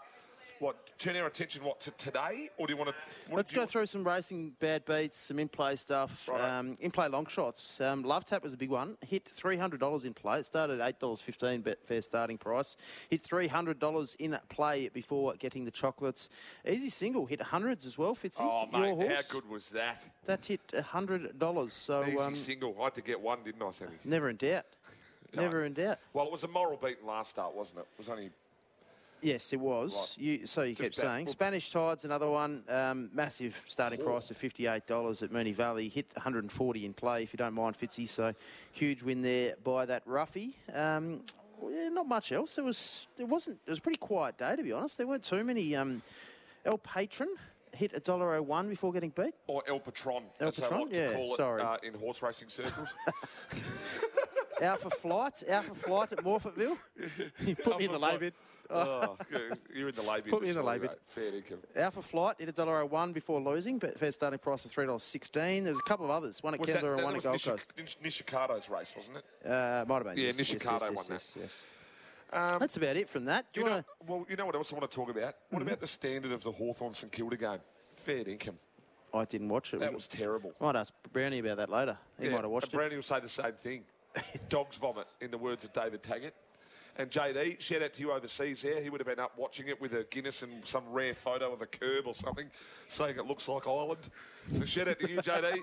[SPEAKER 5] what turn our attention what to today, or do you want to?
[SPEAKER 6] Let's go through some racing bad beats, some in play stuff,
[SPEAKER 5] Right.
[SPEAKER 6] um, in play long shots. Um, Love Tap was a big one. Hit three hundred dollars in play. It started at eight dollars fifteen betfair starting price. Hit three hundred dollars in play before getting the chocolates. Easy single hit hundreds as well. Fitzy,
[SPEAKER 5] Oh
[SPEAKER 6] your
[SPEAKER 5] mate, how
[SPEAKER 6] horse
[SPEAKER 5] good was that?
[SPEAKER 6] that hit hundred dollars. So
[SPEAKER 5] Easy
[SPEAKER 6] um,
[SPEAKER 5] single. I had to get one, didn't I, Sammy?
[SPEAKER 6] never in doubt. [laughs] Never in doubt.
[SPEAKER 5] Well, it was a moral beating last start, wasn't it? It was only
[SPEAKER 6] Yes, it was.
[SPEAKER 5] Right.
[SPEAKER 6] You, so you
[SPEAKER 5] Just
[SPEAKER 6] kept
[SPEAKER 5] back-
[SPEAKER 6] saying.
[SPEAKER 5] well-
[SPEAKER 6] Spanish Tide's another one. Um, massive starting price of fifty-eight dollars at Mooney Valley. Hit one hundred and forty in play, if you don't mind, Fitzy. So huge win there by that Ruffy. Um, well, yeah, not much else. There was. It wasn't. It was a pretty quiet day, to be honest. There weren't too many. Um, El Patron hit a dollar oh one before getting beat.
[SPEAKER 5] or oh, El Patron,
[SPEAKER 6] El
[SPEAKER 5] as they
[SPEAKER 6] Patron?
[SPEAKER 5] like to
[SPEAKER 6] Yeah,
[SPEAKER 5] call it
[SPEAKER 6] sorry.
[SPEAKER 5] Uh, in horse racing
[SPEAKER 6] [laughs]
[SPEAKER 5] circles.
[SPEAKER 6] Out for flight. Out for flight at Morfettville. [laughs] He put me in the lay bin.
[SPEAKER 5] oh, [laughs] yeah, you're in the lay bin.
[SPEAKER 6] Put me
[SPEAKER 5] this
[SPEAKER 6] in the lay
[SPEAKER 5] morning,
[SPEAKER 6] bin.
[SPEAKER 5] mate. Fair income.
[SPEAKER 6] Alpha Flight hit a dollar oh one before losing, but fair starting price of three dollars sixteen. There's a couple of others, one at
[SPEAKER 5] Was that,
[SPEAKER 6] Kembla
[SPEAKER 5] that
[SPEAKER 6] and one at
[SPEAKER 5] was
[SPEAKER 6] Gold
[SPEAKER 5] Nishi-
[SPEAKER 6] Coast.
[SPEAKER 5] Nish- Nishikado's race, wasn't it?
[SPEAKER 6] Uh, might have been.
[SPEAKER 5] Yeah,
[SPEAKER 6] yes, yes,
[SPEAKER 5] Nishikado
[SPEAKER 6] yes,
[SPEAKER 5] won
[SPEAKER 6] yes,
[SPEAKER 5] that. Um,
[SPEAKER 6] yes, yes. That's about it from that. Do
[SPEAKER 5] You
[SPEAKER 6] you,
[SPEAKER 5] know,
[SPEAKER 6] want to?
[SPEAKER 5] well, you know what else I want to talk about? What about the standard of the Hawthorn St Kilda game? Fair income.
[SPEAKER 6] I didn't watch it.
[SPEAKER 5] That was terrible.
[SPEAKER 6] might ask Brownie about that later. He
[SPEAKER 5] Yeah,
[SPEAKER 6] might have watched
[SPEAKER 5] Brownie will say the same thing. Dogs vomit, in the words of David Taggart. And JD, shout out to you overseas there. He would have been up watching it with a Guinness and some rare photo of a curb or something, saying it looks like Ireland. So shout out to you, JD,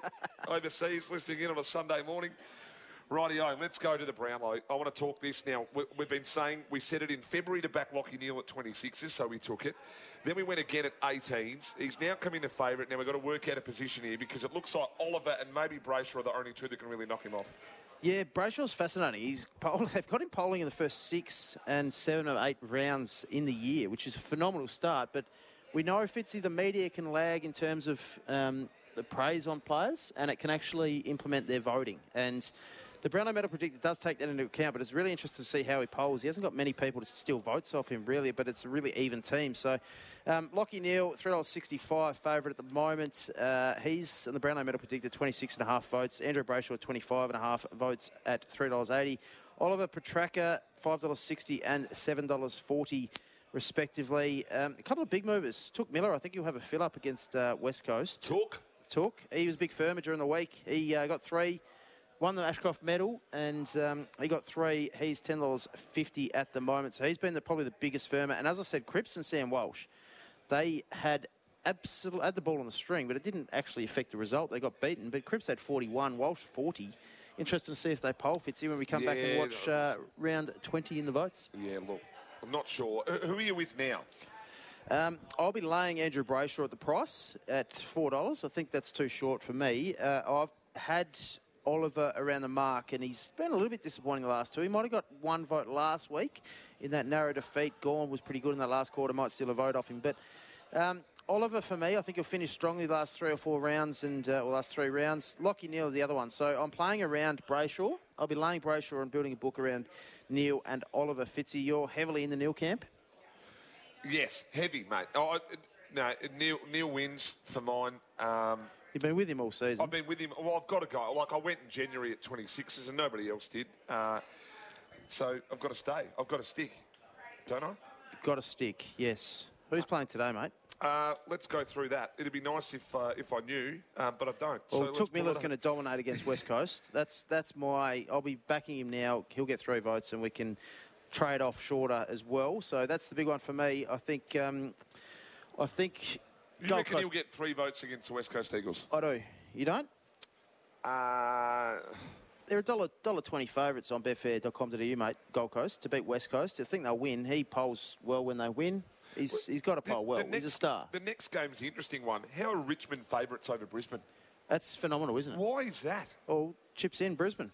[SPEAKER 5] overseas, listening in on a Sunday morning. Rightio, let's go to the Brownlow. I want to talk this now. We, we've been saying we said it in February to back Lockie Neal at 26s, so we took it. Then we went again at 18s. He's now come in a favourite. Now we've got to work out a position here because it looks like Oliver and maybe Brayshaw are the only two that can really knock him off.
[SPEAKER 6] Yeah, Brayshaw's fascinating. He's poll- [laughs] they've got him polling in the first six and seven or eight rounds in the year, which is a phenomenal start. But we know Fitzy, the media can lag in terms of um, the praise on players, and it can actually implement their voting. And the Brownlow Medal Predictor does take that into account, but it's really interesting to see how he polls. He hasn't got many people to steal votes off him, really, but it's a really even team. So, um, Lockie Neal, $3.65 favourite at the moment. Uh, he's in the Brownlow Medal Predictor, 26.5 votes. Andrew Brayshaw, 25.5 votes at $3.80. Oliver Petraka, $5.60 and $7.40 respectively. Um, a couple of big movers. Took Miller, I think he'll have a fill up against uh, West Coast.
[SPEAKER 5] Talk.
[SPEAKER 6] Took. He was a big firmer during the week. He uh, got three, won the Ashcroft medal, and um, he got three. He's ten dollars fifty at the moment, so he's been the, probably the biggest firmer. And as I said, Cripps and Sam Walsh, they had absolute had the ball on the string, but it didn't actually affect the result. They got beaten, but Cripps had forty-one, Walsh forty. Interesting to see if they poll Fitzy when we come back and
[SPEAKER 5] Yeah,
[SPEAKER 6] watch uh,
[SPEAKER 5] that
[SPEAKER 6] round twenty in the votes.
[SPEAKER 5] Yeah, look, I'm not sure. Who- Who are you with now?
[SPEAKER 6] Um, I'll be laying Andrew Brayshaw at the price at four dollars. I think that's too short for me. Uh, I've had Oliver around the mark, and he's been a little bit disappointing the last two. He might have got one vote last week in that narrow defeat. Gorn was pretty good in that last quarter. Might steal a vote off him, but. Um, Oliver, for me, I think he'll finish strongly the last three or four rounds, and uh, or last three rounds. Lockie Neal, the other one. So I'm playing around Brayshaw. I'll be laying Brayshaw and building a book around Neil and Oliver Fitzy. You're heavily in the Neil camp.
[SPEAKER 5] Yes, heavy, mate. Oh, I, no, Neil, Neil wins for mine. Um,
[SPEAKER 6] You've been with him all season.
[SPEAKER 5] I've been with him. Well, I've got to go. Like I went in January at 26s, and nobody else did. Uh, so I've got to stay. I've got to stick, don't I?
[SPEAKER 6] Got a stick, yes. Who's playing today, mate?
[SPEAKER 5] Uh, let's go through that. It'd be nice if uh, if I knew, um, but I don't.
[SPEAKER 6] Well,
[SPEAKER 5] let's
[SPEAKER 6] Took
[SPEAKER 5] pull
[SPEAKER 6] Miller's
[SPEAKER 5] it up.
[SPEAKER 6] going to dominate against West Coast. That's that's my. I'll be backing him now. He'll get three votes, and we can trade off shorter as well. So that's the big one for me. I think. Um, I think.
[SPEAKER 5] You
[SPEAKER 6] Gold
[SPEAKER 5] reckon
[SPEAKER 6] Coast-
[SPEAKER 5] he'll get three votes against the West Coast Eagles?
[SPEAKER 6] I do. You don't?
[SPEAKER 5] Uh,
[SPEAKER 6] They're a dollar dollar twenty favourites on betfair.com.au, mate. Gold Coast to beat West Coast. I think they'll win. He polls well when they win. He's he's got to poll oh, well. he's a star.
[SPEAKER 5] The next game's the interesting one. How are Richmond favourites over Brisbane?
[SPEAKER 6] That's phenomenal, isn't it?
[SPEAKER 5] Why is that?
[SPEAKER 6] Well, chips in Brisbane.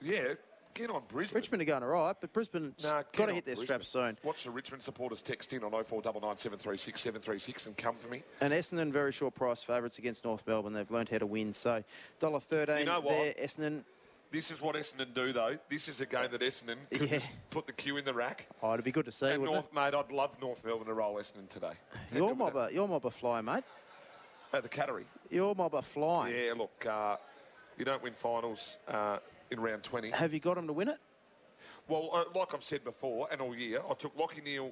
[SPEAKER 5] Yeah, get on Brisbane.
[SPEAKER 6] Richmond are going all right, but Brisbane
[SPEAKER 5] Nah,
[SPEAKER 6] has
[SPEAKER 5] get
[SPEAKER 6] got to
[SPEAKER 5] on
[SPEAKER 6] hit their
[SPEAKER 5] Brisbane.
[SPEAKER 6] straps soon.
[SPEAKER 5] Watch the Richmond supporters text in on 0499736736 and come for me.
[SPEAKER 6] And Essendon very short price favourites against North Melbourne. They've learned how to win. So dollar thirteen
[SPEAKER 5] You know what?
[SPEAKER 6] there, Essendon.
[SPEAKER 5] This is what Essendon do, though. This is a game that Essendon could
[SPEAKER 6] Yeah.
[SPEAKER 5] just put the queue in the rack.
[SPEAKER 6] Oh, it'd be good to see,
[SPEAKER 5] And
[SPEAKER 6] wouldn't
[SPEAKER 5] North, mate, I'd love North Melbourne to roll Essendon today.
[SPEAKER 6] it? Your mob, a, your mob a fly, mate.
[SPEAKER 5] At the Cattery.
[SPEAKER 6] Your mob a flying.
[SPEAKER 5] Yeah, look, uh, you don't win finals uh, in round 20.
[SPEAKER 6] Have you got them to win it?
[SPEAKER 5] Well, uh, like I've said before, and all year, I took Lockie Neal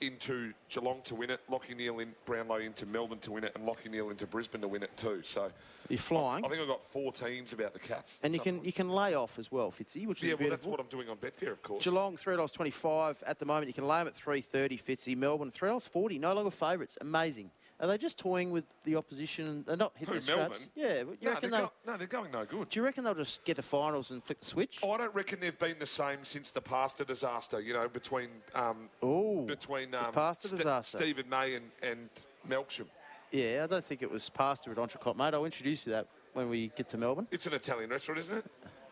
[SPEAKER 5] into Geelong to win it, Lockie Neal in Brownlow into Melbourne to win it, and Lockie Neal into Brisbane to win it too. So
[SPEAKER 6] You're flying,
[SPEAKER 5] I think I got four teams about the Cats.
[SPEAKER 6] and you
[SPEAKER 5] So-
[SPEAKER 6] can you can lay off as well, Fitzy, which is
[SPEAKER 5] Yeah, well, that's
[SPEAKER 6] beautiful.
[SPEAKER 5] what I'm doing on Betfair, of course.
[SPEAKER 6] Geelong three dollars twenty five at the moment. You can lay them at three thirty, Fitzy. Melbourne three dollars forty. No longer favourites. Amazing. Are they just toying with the opposition? They're not
[SPEAKER 5] Who,
[SPEAKER 6] hitting their
[SPEAKER 5] Melbourne?
[SPEAKER 6] straps. Yeah, but you
[SPEAKER 5] no,
[SPEAKER 6] reckon
[SPEAKER 5] they're
[SPEAKER 6] they?
[SPEAKER 5] go- no, they're going no good.
[SPEAKER 6] Do you reckon they'll just get to finals and flick the switch?
[SPEAKER 5] I don't reckon they've been the same since the pasta disaster. You know, between um,
[SPEAKER 6] Ooh,
[SPEAKER 5] between
[SPEAKER 6] the
[SPEAKER 5] um,
[SPEAKER 6] pasta disaster.
[SPEAKER 5] Stephen May and and Melksham.
[SPEAKER 6] Yeah, I don't think it was pasta at Entrecote, mate. I'll introduce you to that when we get to Melbourne.
[SPEAKER 5] It's an Italian restaurant, isn't it?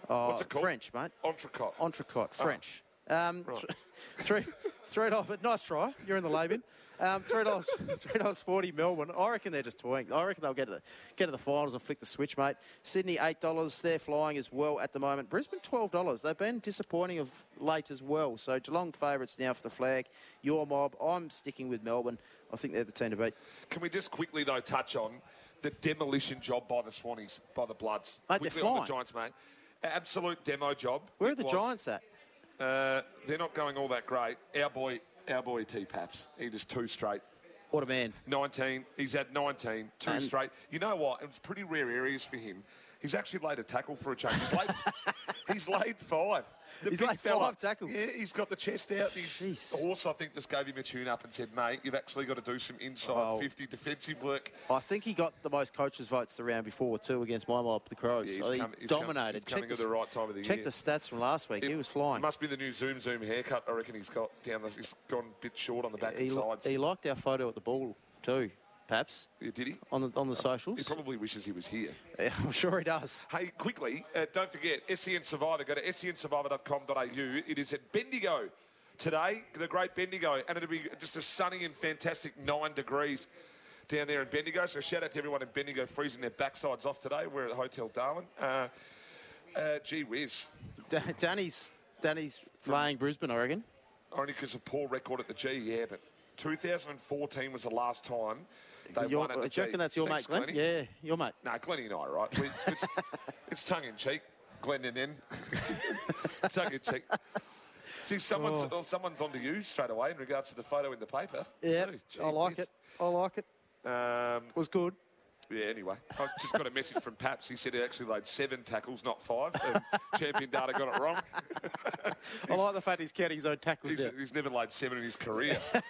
[SPEAKER 6] Oh,
[SPEAKER 5] What's it called?
[SPEAKER 6] French, mate.
[SPEAKER 5] Entrecote.
[SPEAKER 6] Entrecote, French. Um,
[SPEAKER 5] Ah, Right.
[SPEAKER 6] th- [laughs] three, three dollars. But nice try. You're in the lay bin. Um, three dollars, [laughs] three dollars forty. Melbourne. I reckon they're just toying. I reckon they'll get to the, get to the finals and flick the switch, mate. Sydney eight dollars. They're flying as well at the moment. Brisbane twelve dollars. They've been disappointing of late as well. So Geelong favourites now for the flag. Your mob. I'm sticking with Melbourne. I think they're the team to beat.
[SPEAKER 5] Can we just quickly though touch on the demolition job by the Swannies, by the Bloods,
[SPEAKER 6] Mate, they're
[SPEAKER 5] quickly on the
[SPEAKER 6] flying.
[SPEAKER 5] Giants, mate. Absolute demo job.
[SPEAKER 6] Where
[SPEAKER 5] it
[SPEAKER 6] are the
[SPEAKER 5] was.
[SPEAKER 6] Giants at?
[SPEAKER 5] Uh, they're not going all that great. Our boy, our boy T Paps. He just two straight.
[SPEAKER 6] What a man.
[SPEAKER 5] 19. He's had 19, two
[SPEAKER 6] And- [laughs]
[SPEAKER 5] straight. You know what? It's pretty rare areas for him. He's actually laid a tackle for a change. He's laid, He's laid five. The
[SPEAKER 6] He's
[SPEAKER 5] big
[SPEAKER 6] laid
[SPEAKER 5] fella.
[SPEAKER 6] five tackles.
[SPEAKER 5] Yeah, he's got the chest out. His
[SPEAKER 6] Jeez.
[SPEAKER 5] horse, I think, just gave him a tune up and said, mate, you've actually got to do some inside
[SPEAKER 6] Oh.
[SPEAKER 5] 50 defensive work.
[SPEAKER 6] I think he got the most coaches' votes the round before too against my mob, the Crows.
[SPEAKER 5] Yeah, he's
[SPEAKER 6] I think
[SPEAKER 5] come-
[SPEAKER 6] he
[SPEAKER 5] he's come- he's
[SPEAKER 6] dominated.
[SPEAKER 5] coming
[SPEAKER 6] check
[SPEAKER 5] at the
[SPEAKER 6] s-
[SPEAKER 5] right time of the
[SPEAKER 6] check
[SPEAKER 5] year.
[SPEAKER 6] the stats from last week. he was flying.
[SPEAKER 5] Must be the new zoom zoom haircut. I reckon he's got down. The, he's gone a bit short on the back
[SPEAKER 6] he,
[SPEAKER 5] and
[SPEAKER 6] li-
[SPEAKER 5] sides.
[SPEAKER 6] he liked our photo at the ball too, perhaps
[SPEAKER 5] Yeah, did he?
[SPEAKER 6] on the on the
[SPEAKER 5] Oh, He
[SPEAKER 6] socials. [laughs]
[SPEAKER 5] probably wishes he was here.
[SPEAKER 6] I'm sure he does.
[SPEAKER 5] Hey, quickly, uh, don't forget, SEN Survivor. Go to sensurvivor.com.au. It is at Bendigo today, the great Bendigo, and it'll be just a sunny and fantastic nine degrees down there in Bendigo. So shout out to everyone in Bendigo freezing their backsides off today. We're at Hotel Darwin. Uh, uh, gee whiz.
[SPEAKER 6] Da- Danny's Danny's playing Brisbane, I reckon.
[SPEAKER 5] Only because of poor record at the G, yeah, but 2014 was the last time they
[SPEAKER 6] Your,
[SPEAKER 5] won at
[SPEAKER 6] do
[SPEAKER 5] the
[SPEAKER 6] you
[SPEAKER 5] G.
[SPEAKER 6] reckon that's your
[SPEAKER 5] Thanks,
[SPEAKER 6] mate, Glenn?
[SPEAKER 5] Glenny.
[SPEAKER 6] Yeah, your mate.
[SPEAKER 5] No, Glennie and I, right?
[SPEAKER 6] [laughs]
[SPEAKER 5] We, it's, it's tongue in cheek, Glenn and then. [laughs] tongue in cheek. See, someone's, oh. someone's onto you straight away in regards to the photo in the paper.
[SPEAKER 6] Yeah,
[SPEAKER 5] too. Gee
[SPEAKER 6] I like
[SPEAKER 5] whiz.
[SPEAKER 6] it. I like it.
[SPEAKER 5] Um,
[SPEAKER 6] Was good.
[SPEAKER 5] yeah, anyway, I just got a message from Paps. He said he actually laid seven tackles, not five.
[SPEAKER 6] [laughs]
[SPEAKER 5] And Champion Data got it wrong.
[SPEAKER 6] I like the fact he's counting his own tackles.
[SPEAKER 5] He's,
[SPEAKER 6] Now.
[SPEAKER 5] he's never laid seven in his career, [laughs]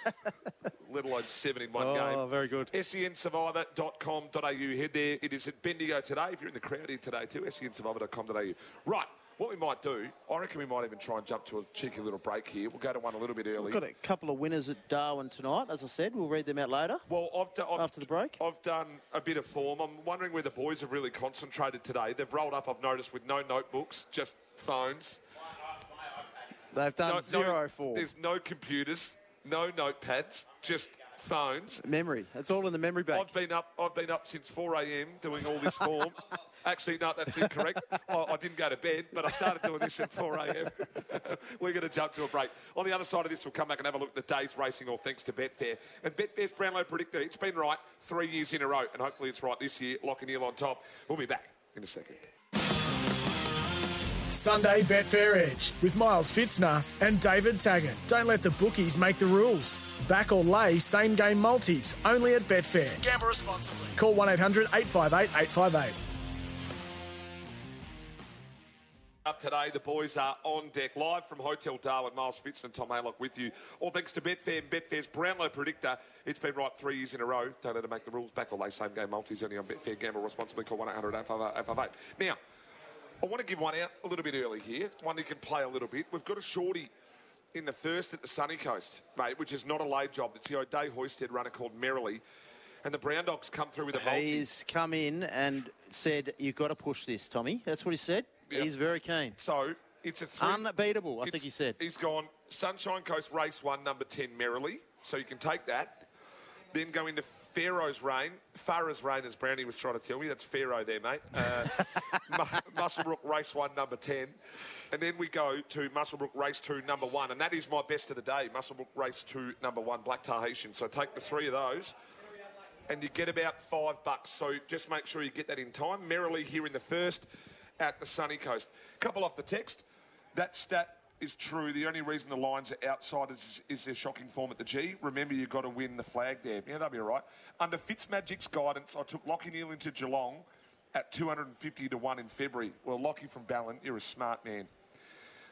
[SPEAKER 5] let alone seven in one
[SPEAKER 6] Oh,
[SPEAKER 5] game. E
[SPEAKER 6] very good.
[SPEAKER 5] sensurvivor.com.au. Head there. It is at Bendigo today. If you're in the crowd here today, too, E sensurvivor.com.au. Right. What we might do, I reckon we might even try and jump to a cheeky little break here. We'll go to one a little bit early.
[SPEAKER 6] Got a couple of winners at Darwin tonight. As I said, we'll read them out later.
[SPEAKER 5] Well, I've, do- I've
[SPEAKER 6] After the break?
[SPEAKER 5] I've done a bit of form. I'm wondering where the boys have really concentrated today. They've rolled up. I've noticed with no notebooks, just phones.
[SPEAKER 6] They've done
[SPEAKER 5] No- no-
[SPEAKER 6] zero four.
[SPEAKER 5] There's no computers, no notepads, just phones.
[SPEAKER 6] Memory. It's all in the memory bank.
[SPEAKER 5] I've been up. I've been up since 4 a.m. doing all this form. Actually, no, that's incorrect. I, I didn't go to bed, but I started doing this at 4 a.m. [laughs] We're going to jump to a break. On the other side of this, we'll come back and have a look at the day's racing, all thanks to Betfair. And Betfair's Brownlow predictor. It's been right three years in a row, and hopefully it's right this year. Lock and Neil on top. We'll be back in a second.
[SPEAKER 4] Sunday Betfair Edge with Miles Fitzner and David Taggart. Don't let the bookies make the rules. Back or lay same game multis only at Betfair. Gamble responsibly. Call 1 800 858 858.
[SPEAKER 5] Up today, the boys are on deck live from Hotel Darwin. Miles Fitz and Tom Haylock with you. All thanks to Betfair and Betfair's Brownlow Predictor. It's been right three years in a row. Don't let them make the rules back or lay same game multis only on Betfair. Gamble responsibly. Call 1 800 858. Now, I want to give one out a little bit early here. One you can play a little bit. We've got a shorty in the first at the Sunny Coast, mate, which is not a lay job. It's the O'Day Hoisted runner called Merrily. And the Brown Dogs come through with a multi.
[SPEAKER 6] He's come in and said, "You've got to push this, Tommy." That's what he said.
[SPEAKER 5] Yep.
[SPEAKER 6] He's very keen.
[SPEAKER 5] So it's a three.
[SPEAKER 6] Unbeatable, I
[SPEAKER 5] It's-
[SPEAKER 6] think he said.
[SPEAKER 5] He's gone Sunshine Coast Race 1, number 10, Merrily. So you can take that. Then go into Pharaoh's Rain. Farah's Rain, as Brownie was trying to tell me. That's Pharaoh there, mate.
[SPEAKER 6] [laughs]
[SPEAKER 5] Uh, Mu- Musselbrook Race 1, number 10. And then we go to Musselbrook Race 2, number 1. And that is my best of the day. Musselbrook Race 2, number 1, Black Tar Haitian. So take the three of those and you get about five bucks. So just make sure you get that in time. Merrily here in the first at the sunny coast. Couple off the text. That stat is true. The only reason the lines are outsiders is, is their shocking form at the G. Remember, you've got to win the flag there. Yeah, that'll be all right. Under Fitzmagic's guidance, I took Lockie Neal into Geelong at 250 to 1 in February. Well, Lockie from Ballin, you're a smart man.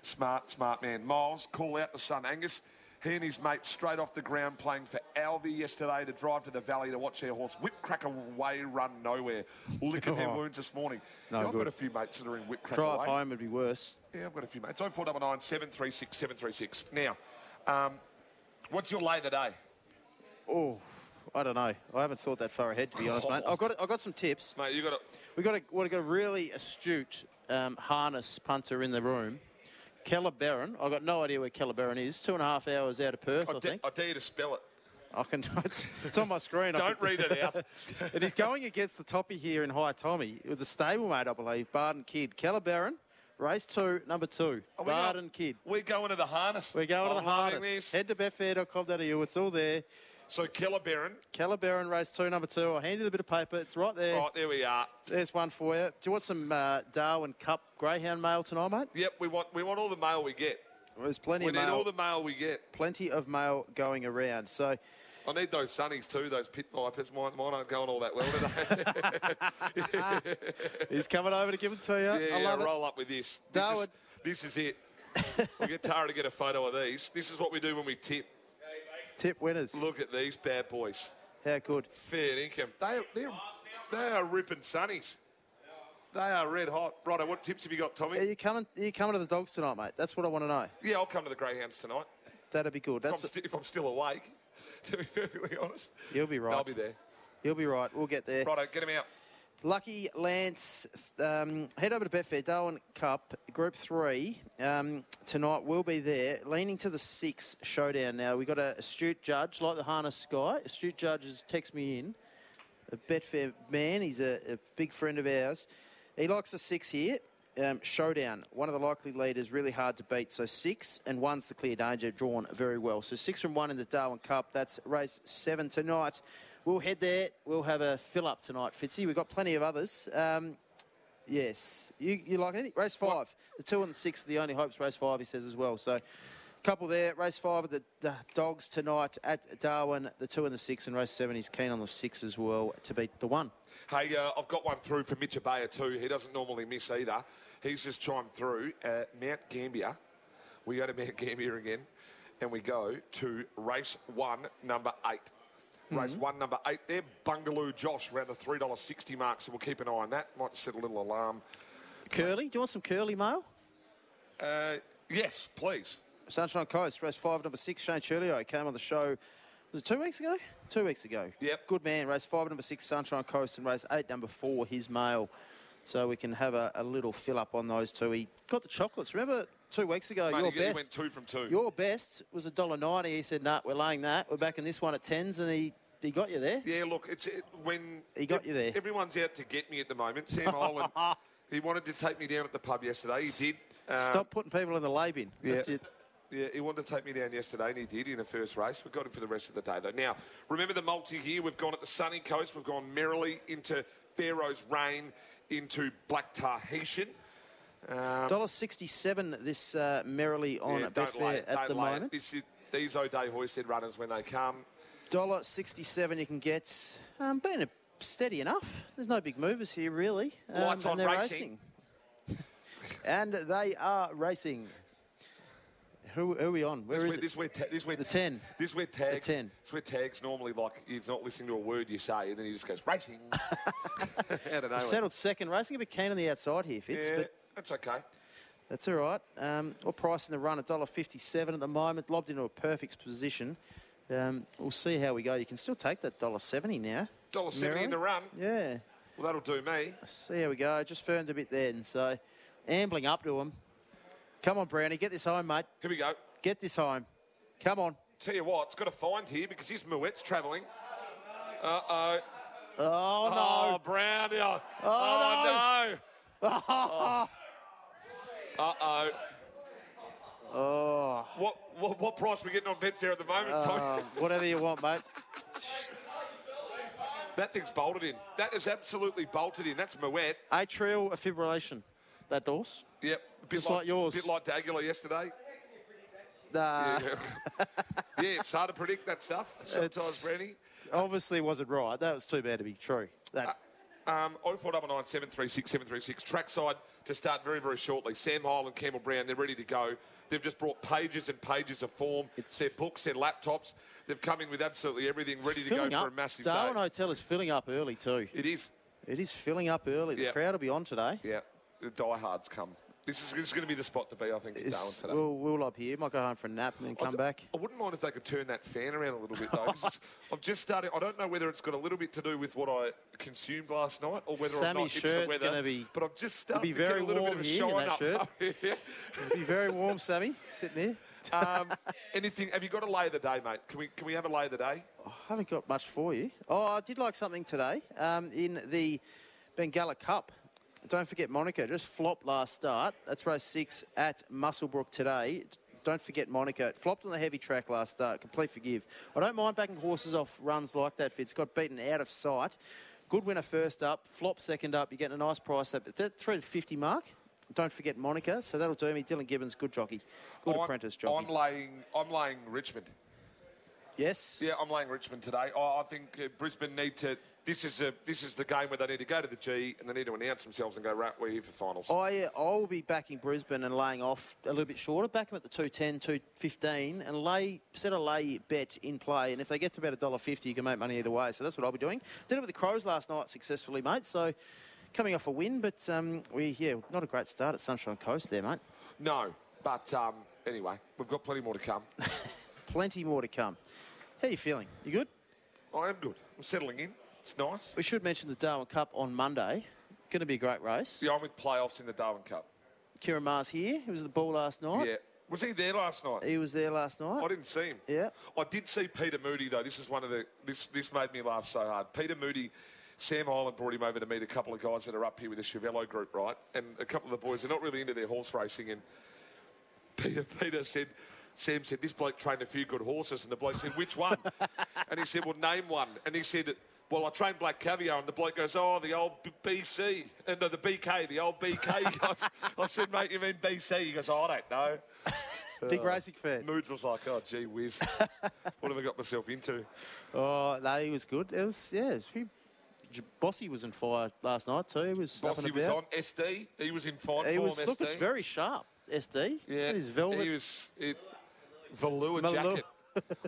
[SPEAKER 5] Smart, smart man. Miles, call out the son Angus. He and his mate straight off the ground playing for Alvey yesterday to drive to the valley to watch their horse whip crack away run nowhere. Licking their wounds this morning. Yeah, I've
[SPEAKER 6] good.
[SPEAKER 5] got a few mates that are in whip crack
[SPEAKER 6] Drive
[SPEAKER 5] away.
[SPEAKER 6] home would be worse.
[SPEAKER 5] Yeah, I've got a few oh mates. 0499 736 736. Now, um, what's your lay of the day?
[SPEAKER 6] Oh, I don't know. I haven't thought that far ahead, to be honest, mate. I've got, I've got some tips.
[SPEAKER 5] Mate, you got it.
[SPEAKER 6] We've got a, we've got a really astute um, harness punter in the room. Keller Barron. I've got no idea where Keller Barron is. Two and a half hours out of Perth, I,
[SPEAKER 5] I, da-
[SPEAKER 6] think.
[SPEAKER 5] I dare you to spell it.
[SPEAKER 6] I can. [laughs] It's, it's on my screen. I
[SPEAKER 5] Don't
[SPEAKER 6] can-
[SPEAKER 5] read
[SPEAKER 6] [laughs]
[SPEAKER 5] it out.
[SPEAKER 6] and he's going against the toppy here in High Tommy with the stablemate, I believe, Barden Kid. Keller Barron, race two, number two.
[SPEAKER 5] Are we
[SPEAKER 6] Barden
[SPEAKER 5] going-
[SPEAKER 6] Kid.
[SPEAKER 5] We're going to the harness. Oh,
[SPEAKER 6] We're going to
[SPEAKER 5] I'm
[SPEAKER 6] the
[SPEAKER 5] loving
[SPEAKER 6] harness.
[SPEAKER 5] this.
[SPEAKER 6] Head to betfair.com.au. It's all there.
[SPEAKER 5] So, Killer Baron.
[SPEAKER 6] Keller Barron, race two, number two. I handed you the bit of paper. It's right there.
[SPEAKER 5] Right, there we are.
[SPEAKER 6] There's one for you. Do you want some uh, Darwin Cup Greyhound mail tonight, mate?
[SPEAKER 5] Yep, we want, we want all the mail we get.
[SPEAKER 6] There's plenty
[SPEAKER 5] We
[SPEAKER 6] of
[SPEAKER 5] need
[SPEAKER 6] mail.
[SPEAKER 5] all the mail we get.
[SPEAKER 6] plenty of mail going around. So
[SPEAKER 5] I need those sunnies too, those pit vipers. Mine, mine aren't going all that well today.
[SPEAKER 6] [laughs]
[SPEAKER 5] [laughs]
[SPEAKER 6] He's coming over to give it to
[SPEAKER 5] [laughs]
[SPEAKER 6] you.
[SPEAKER 5] yeah,
[SPEAKER 6] I love
[SPEAKER 5] yeah,
[SPEAKER 6] it.
[SPEAKER 5] roll up with this. This, is,
[SPEAKER 6] Darwin.
[SPEAKER 5] this is
[SPEAKER 6] [laughs]
[SPEAKER 5] it. We'll get Tara to get a photo of these. This is what we do when we tip.
[SPEAKER 6] Tip winners.
[SPEAKER 5] Look at these bad boys.
[SPEAKER 6] How good.
[SPEAKER 5] Fair income. They, they're, they are ripping sunnies. They are red hot. Righto, what tips have you got, Tommy?
[SPEAKER 6] Are you coming? Are you coming to the dogs tonight, mate? That's what I want to know.
[SPEAKER 5] Yeah, I'll come to the Greyhounds tonight.
[SPEAKER 6] That'd be good.
[SPEAKER 5] If I'm,
[SPEAKER 6] That's
[SPEAKER 5] sti- if I'm still awake, [laughs] to be perfectly honest.
[SPEAKER 6] You'll be
[SPEAKER 5] No, I'll
[SPEAKER 6] right.
[SPEAKER 5] be there.
[SPEAKER 6] you'll be right. We'll get there.
[SPEAKER 5] Righto, get him out.
[SPEAKER 6] Lucky Lance, um, head over to Betfair Darwin Cup Group Three um, tonight. We'll be there, leaning to the six showdown. Now we got a astute judge, like the harness guy. Astute judge has texted me in, a Betfair man. He's a, a big friend of ours. He likes the six here. Um, showdown, one of the likely leaders, really hard to beat. So six and one's the clear danger, drawn very well. So six from one in the Darwin Cup. That's race seven tonight. We'll head there. We'll have a fill up tonight, Fitzy. We've got plenty of others. Um, yes, you, you like it? Race five. The two and the six are the only hopes. Race five, he says as well. So couple there. Race five of the, the dogs tonight at Darwin. The two and the six, and race seven. He's keen on the six as well to beat the one.
[SPEAKER 5] Hey, uh, I've got one through for Mitch Abaya too. He doesn't normally miss either. He's just chimed through. Uh, Mount Gambier. We go to Mount Gambier again, and we go to race one, number eight.
[SPEAKER 6] Hmm.
[SPEAKER 5] Race one, number eight. There, Bungaloo Josh around the three dollars sixty mark. So we'll keep an eye on that. Might set a little alarm.
[SPEAKER 6] Curly, do you want some curly mail?
[SPEAKER 5] Uh, yes, please.
[SPEAKER 6] Sunshine Coast, race five, number six, Shane Churlio came on the show. Was it two weeks ago? Two weeks ago.
[SPEAKER 5] Yep.
[SPEAKER 6] Good man. Race five, number six, Sunshine Coast, and race eight, number four, his mail. So we can have a, a little fill up on those two. He got the chocolates. Remember two weeks ago,
[SPEAKER 5] Mate,
[SPEAKER 6] your
[SPEAKER 5] he, he
[SPEAKER 6] best.
[SPEAKER 5] went two from two.
[SPEAKER 6] Your best was a dollar ninety. He said, "Nah, we're laying that. We're backing this one at tens, and he he got you there.
[SPEAKER 5] Yeah, look, it's it, when
[SPEAKER 6] He got you there.
[SPEAKER 5] Everyone's out to get me at the moment. Sam Holland,
[SPEAKER 6] [laughs]
[SPEAKER 5] he wanted to take me down at the pub yesterday. He did. Um,
[SPEAKER 6] Stop putting people in the lay bin. That's
[SPEAKER 5] yeah.
[SPEAKER 6] it.
[SPEAKER 5] Yeah, he wanted to take me down yesterday, and he did in the first race. We got him for the rest of the day, though. Now, remember the multi here. We've gone at the sunny coast. We've gone merrily into Pharaoh's Rain, into Black Tahitian.
[SPEAKER 6] Dollar sixty-seven. This uh, merrily on
[SPEAKER 5] um, yeah, don't lay
[SPEAKER 6] Betfair
[SPEAKER 5] it,
[SPEAKER 6] at
[SPEAKER 5] don't
[SPEAKER 6] the
[SPEAKER 5] lay it.
[SPEAKER 6] moment.
[SPEAKER 5] This is, these O'Day hoisted runners, when they come,
[SPEAKER 6] Dollar sixty-seven. You can get. Um, being a steady enough. There's no big movers here really. Um,
[SPEAKER 5] Lights on
[SPEAKER 6] and they're
[SPEAKER 5] racing.
[SPEAKER 6] racing. [laughs] and they are racing. Who, who are we on? Where
[SPEAKER 5] This
[SPEAKER 6] is
[SPEAKER 5] where,
[SPEAKER 6] it?
[SPEAKER 5] this where ta- this where
[SPEAKER 6] The 10.
[SPEAKER 5] This where tags.
[SPEAKER 6] 10.
[SPEAKER 5] This where tags normally like he's not listening to a word you say, and then he just goes
[SPEAKER 6] [laughs]
[SPEAKER 5] racing. [laughs] I don't know.
[SPEAKER 6] Settled second. Racing a bit keen on the outside here, Fitz.
[SPEAKER 5] Yeah,
[SPEAKER 6] But
[SPEAKER 5] that's okay.
[SPEAKER 6] That's all right. Um, what price in the run? $1.57 at the moment. Lobbed into a perfect position. Um, we'll see how we go. You can still take that $1.70 now.
[SPEAKER 5] Dollar seventy in the run.
[SPEAKER 6] Yeah.
[SPEAKER 5] Well, that'll do me.
[SPEAKER 6] See how we go. Just firmed a bit then. So, ambling up to him. Come on, Brownie. Get this home, mate.
[SPEAKER 5] Here we go.
[SPEAKER 6] Get this home. Come on.
[SPEAKER 5] Tell you what, it's got a find here because his Mouette's travelling. Uh oh.
[SPEAKER 6] Oh, no.
[SPEAKER 5] Oh, Brown. Oh, oh no.
[SPEAKER 6] [laughs]
[SPEAKER 5] Oh. Uh oh. Oh. What, what what price are we getting on Betfair at the moment, Tony?
[SPEAKER 6] Um, Whatever you want, mate.
[SPEAKER 5] [laughs] That thing's bolted in. That is absolutely bolted in. That's Mouette.
[SPEAKER 6] Atrial fibrillation. That doors?
[SPEAKER 5] Yep. A bit
[SPEAKER 6] Just like yours.
[SPEAKER 5] bit like Dagula
[SPEAKER 6] [laughs]
[SPEAKER 5] yesterday.
[SPEAKER 6] Nah.
[SPEAKER 5] yeah, [laughs] it's hard to predict that stuff sometimes,
[SPEAKER 6] It's-
[SPEAKER 5] Brandy.
[SPEAKER 6] Obviously wasn't right. That was too bad to be true. That.
[SPEAKER 5] Um, 0499 736 736. Trackside to start very, very shortly. Sam Highland, Campbell Brown, they're ready to go. They've just brought pages and pages of form. It's their books, their laptops. They've come in with absolutely everything ready to go
[SPEAKER 6] filling
[SPEAKER 5] for
[SPEAKER 6] up.
[SPEAKER 5] a massive
[SPEAKER 6] Darwin
[SPEAKER 5] day.
[SPEAKER 6] Hotel is filling up early too.
[SPEAKER 5] It is.
[SPEAKER 6] It is filling up early. The
[SPEAKER 5] Yeah.
[SPEAKER 6] crowd will be on today.
[SPEAKER 5] Yeah, the diehards come. This is, this is going to be the spot to be, I think, in Darwin
[SPEAKER 6] It's-
[SPEAKER 5] today.
[SPEAKER 6] We'll, we'll up here. Might go home for a nap and then come
[SPEAKER 5] I d- [laughs]
[SPEAKER 6] back.
[SPEAKER 5] I wouldn't mind if they could turn that fan around a little bit, though.
[SPEAKER 6] [laughs]
[SPEAKER 5] 'cause I'm just starting. I don't know whether it's got a little bit to do with what I consumed last night, or whether
[SPEAKER 6] Sammy
[SPEAKER 5] or not it's the
[SPEAKER 6] shirt's
[SPEAKER 5] weather.
[SPEAKER 6] gonna be-
[SPEAKER 5] but I'm just starting
[SPEAKER 6] be
[SPEAKER 5] to get
[SPEAKER 6] very
[SPEAKER 5] a little bit
[SPEAKER 6] warm
[SPEAKER 5] of a
[SPEAKER 6] here in
[SPEAKER 5] shine
[SPEAKER 6] that
[SPEAKER 5] up.
[SPEAKER 6] It'll be very warm, Sammy, sitting here.
[SPEAKER 5] um, [laughs] anything? Have you got a lay of the day, mate? Can we can we have a lay of the day?
[SPEAKER 6] I haven't got much for you. Oh, I did like something today um, in the Bengala Cup. Don't forget Monaco. Just flopped last start. That's race six at Musselbrook today. Don't forget Monaco. It flopped on the heavy track last start. Complete forgive. I don't mind backing horses off runs like that, Fitz. Got beaten out of sight. Good winner first up, flop second up. You're getting a nice price up at the 350 mark. Don't forget Monaco. So that'll do me. Dylan Gibbons, good jockey. Good
[SPEAKER 5] I'm,
[SPEAKER 6] apprentice jockey.
[SPEAKER 5] I'm laying. I'm laying Richmond.
[SPEAKER 6] Yes.
[SPEAKER 5] Yeah, I'm laying Richmond today. I I think uh, Brisbane need to. This is a, this is the game where they need to go to the G and they need to announce themselves and go right. We're here for finals.
[SPEAKER 6] I uh, I will be backing Brisbane and laying off a little bit shorter. Back them at the 210, 215, and lay set a lay bet in play. And if they get to about a dollar fifty, you can make money either way. So that's what I'll be doing. Did it with the Crows last night successfully, mate. So coming off a win, but um, we yeah not a great start at Sunshine Coast there, mate.
[SPEAKER 5] No, but um, anyway, we've got plenty more to come.
[SPEAKER 6] Plenty more to come. How you feeling? You good?
[SPEAKER 5] I am good. I'm settling in. It's nice.
[SPEAKER 6] We should mention the Darwin Cup on Monday. Going to be a great race.
[SPEAKER 5] Yeah, I'm with playoffs in the Darwin Cup.
[SPEAKER 6] Kieran Mars here. He was at the ball last night.
[SPEAKER 5] Yeah, was he there last night?
[SPEAKER 6] He was there last night.
[SPEAKER 5] I didn't see him.
[SPEAKER 6] Yeah.
[SPEAKER 5] I did see Peter Moody though. This is one of the this this made me laugh so hard. Peter Moody, Sam Island brought him over to meet a couple of guys that are up here with the Chevello group, right? And a couple of the boys are not really into their horse racing and Peter [laughs] Peter said Sam said, This bloke trained a few good horses and the bloke said, Which one? and he said, Well name one and he said well, I trained Black Caviar, and the bloke goes, "Oh, the old B- BC, and no, the BK, the old [laughs] BK." He goes, I said, "Mate, you mean BC?" He goes, oh, "I don't know."
[SPEAKER 6] Big racing fan.
[SPEAKER 5] Moods was like, oh, gee
[SPEAKER 6] [laughs]
[SPEAKER 5] whiz. what have I got myself into?
[SPEAKER 6] Oh, no, he was good. It was, yeah, it was a few... J- Bossy was in fire last night too. He was up and
[SPEAKER 5] Bossy was
[SPEAKER 6] about.
[SPEAKER 5] on SD. He was in fine
[SPEAKER 6] He
[SPEAKER 5] form,
[SPEAKER 6] was
[SPEAKER 5] SD.
[SPEAKER 6] looked very sharp. SD.
[SPEAKER 5] yeah,
[SPEAKER 6] His velvet.
[SPEAKER 5] He was it, velour
[SPEAKER 6] Velour. [laughs]
[SPEAKER 5] jacket.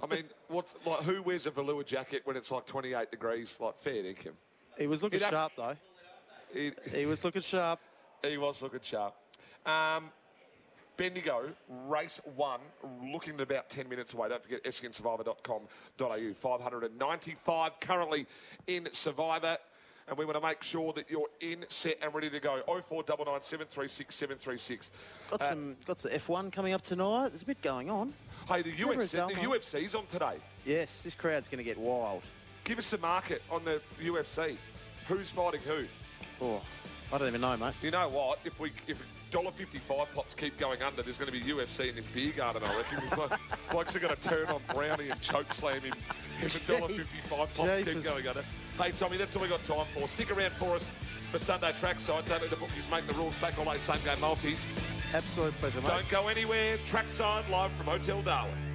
[SPEAKER 5] I mean, what's like? Who wears a velour jacket when it's like 28 degrees? Like fair dinkum.
[SPEAKER 6] he was looking
[SPEAKER 5] He'd have-
[SPEAKER 6] sharp though.
[SPEAKER 5] He,
[SPEAKER 6] He was looking sharp.
[SPEAKER 5] he was looking sharp. Um, Bendigo, race one, looking at about 10 minutes away. Don't forget eskinsurvivor.com.au. 595 currently in Survivor. And we want to make sure that you're in, set, and ready to go. 0499 736 736.
[SPEAKER 6] Got some. Got some F1 coming up tonight. There's a bit going on.
[SPEAKER 5] Hey, the
[SPEAKER 6] Never a
[SPEAKER 5] UFC,
[SPEAKER 6] dull
[SPEAKER 5] the
[SPEAKER 6] night.
[SPEAKER 5] UFC's on today.
[SPEAKER 6] Yes, this crowd's going to get wild.
[SPEAKER 5] Give us a market on the UFC. Who's fighting who?
[SPEAKER 6] Oh, I don't even know, mate.
[SPEAKER 5] You know what? If we if $1.55 pops keep going under, there's going to be UFC in this beer garden, I reckon. It's like, blokes are going to turn on Brownie and choke slam him if $1.55 pops keep
[SPEAKER 6] Jeepers.
[SPEAKER 5] going under. Hey, Tommy, that's all we got time for. Stick around for us for Sunday Trackside. Don't let the bookies make the rules back all day, same game multis.
[SPEAKER 6] Absolute pleasure, mate.
[SPEAKER 5] Don't go anywhere. Trackside live from Hotel Darwin.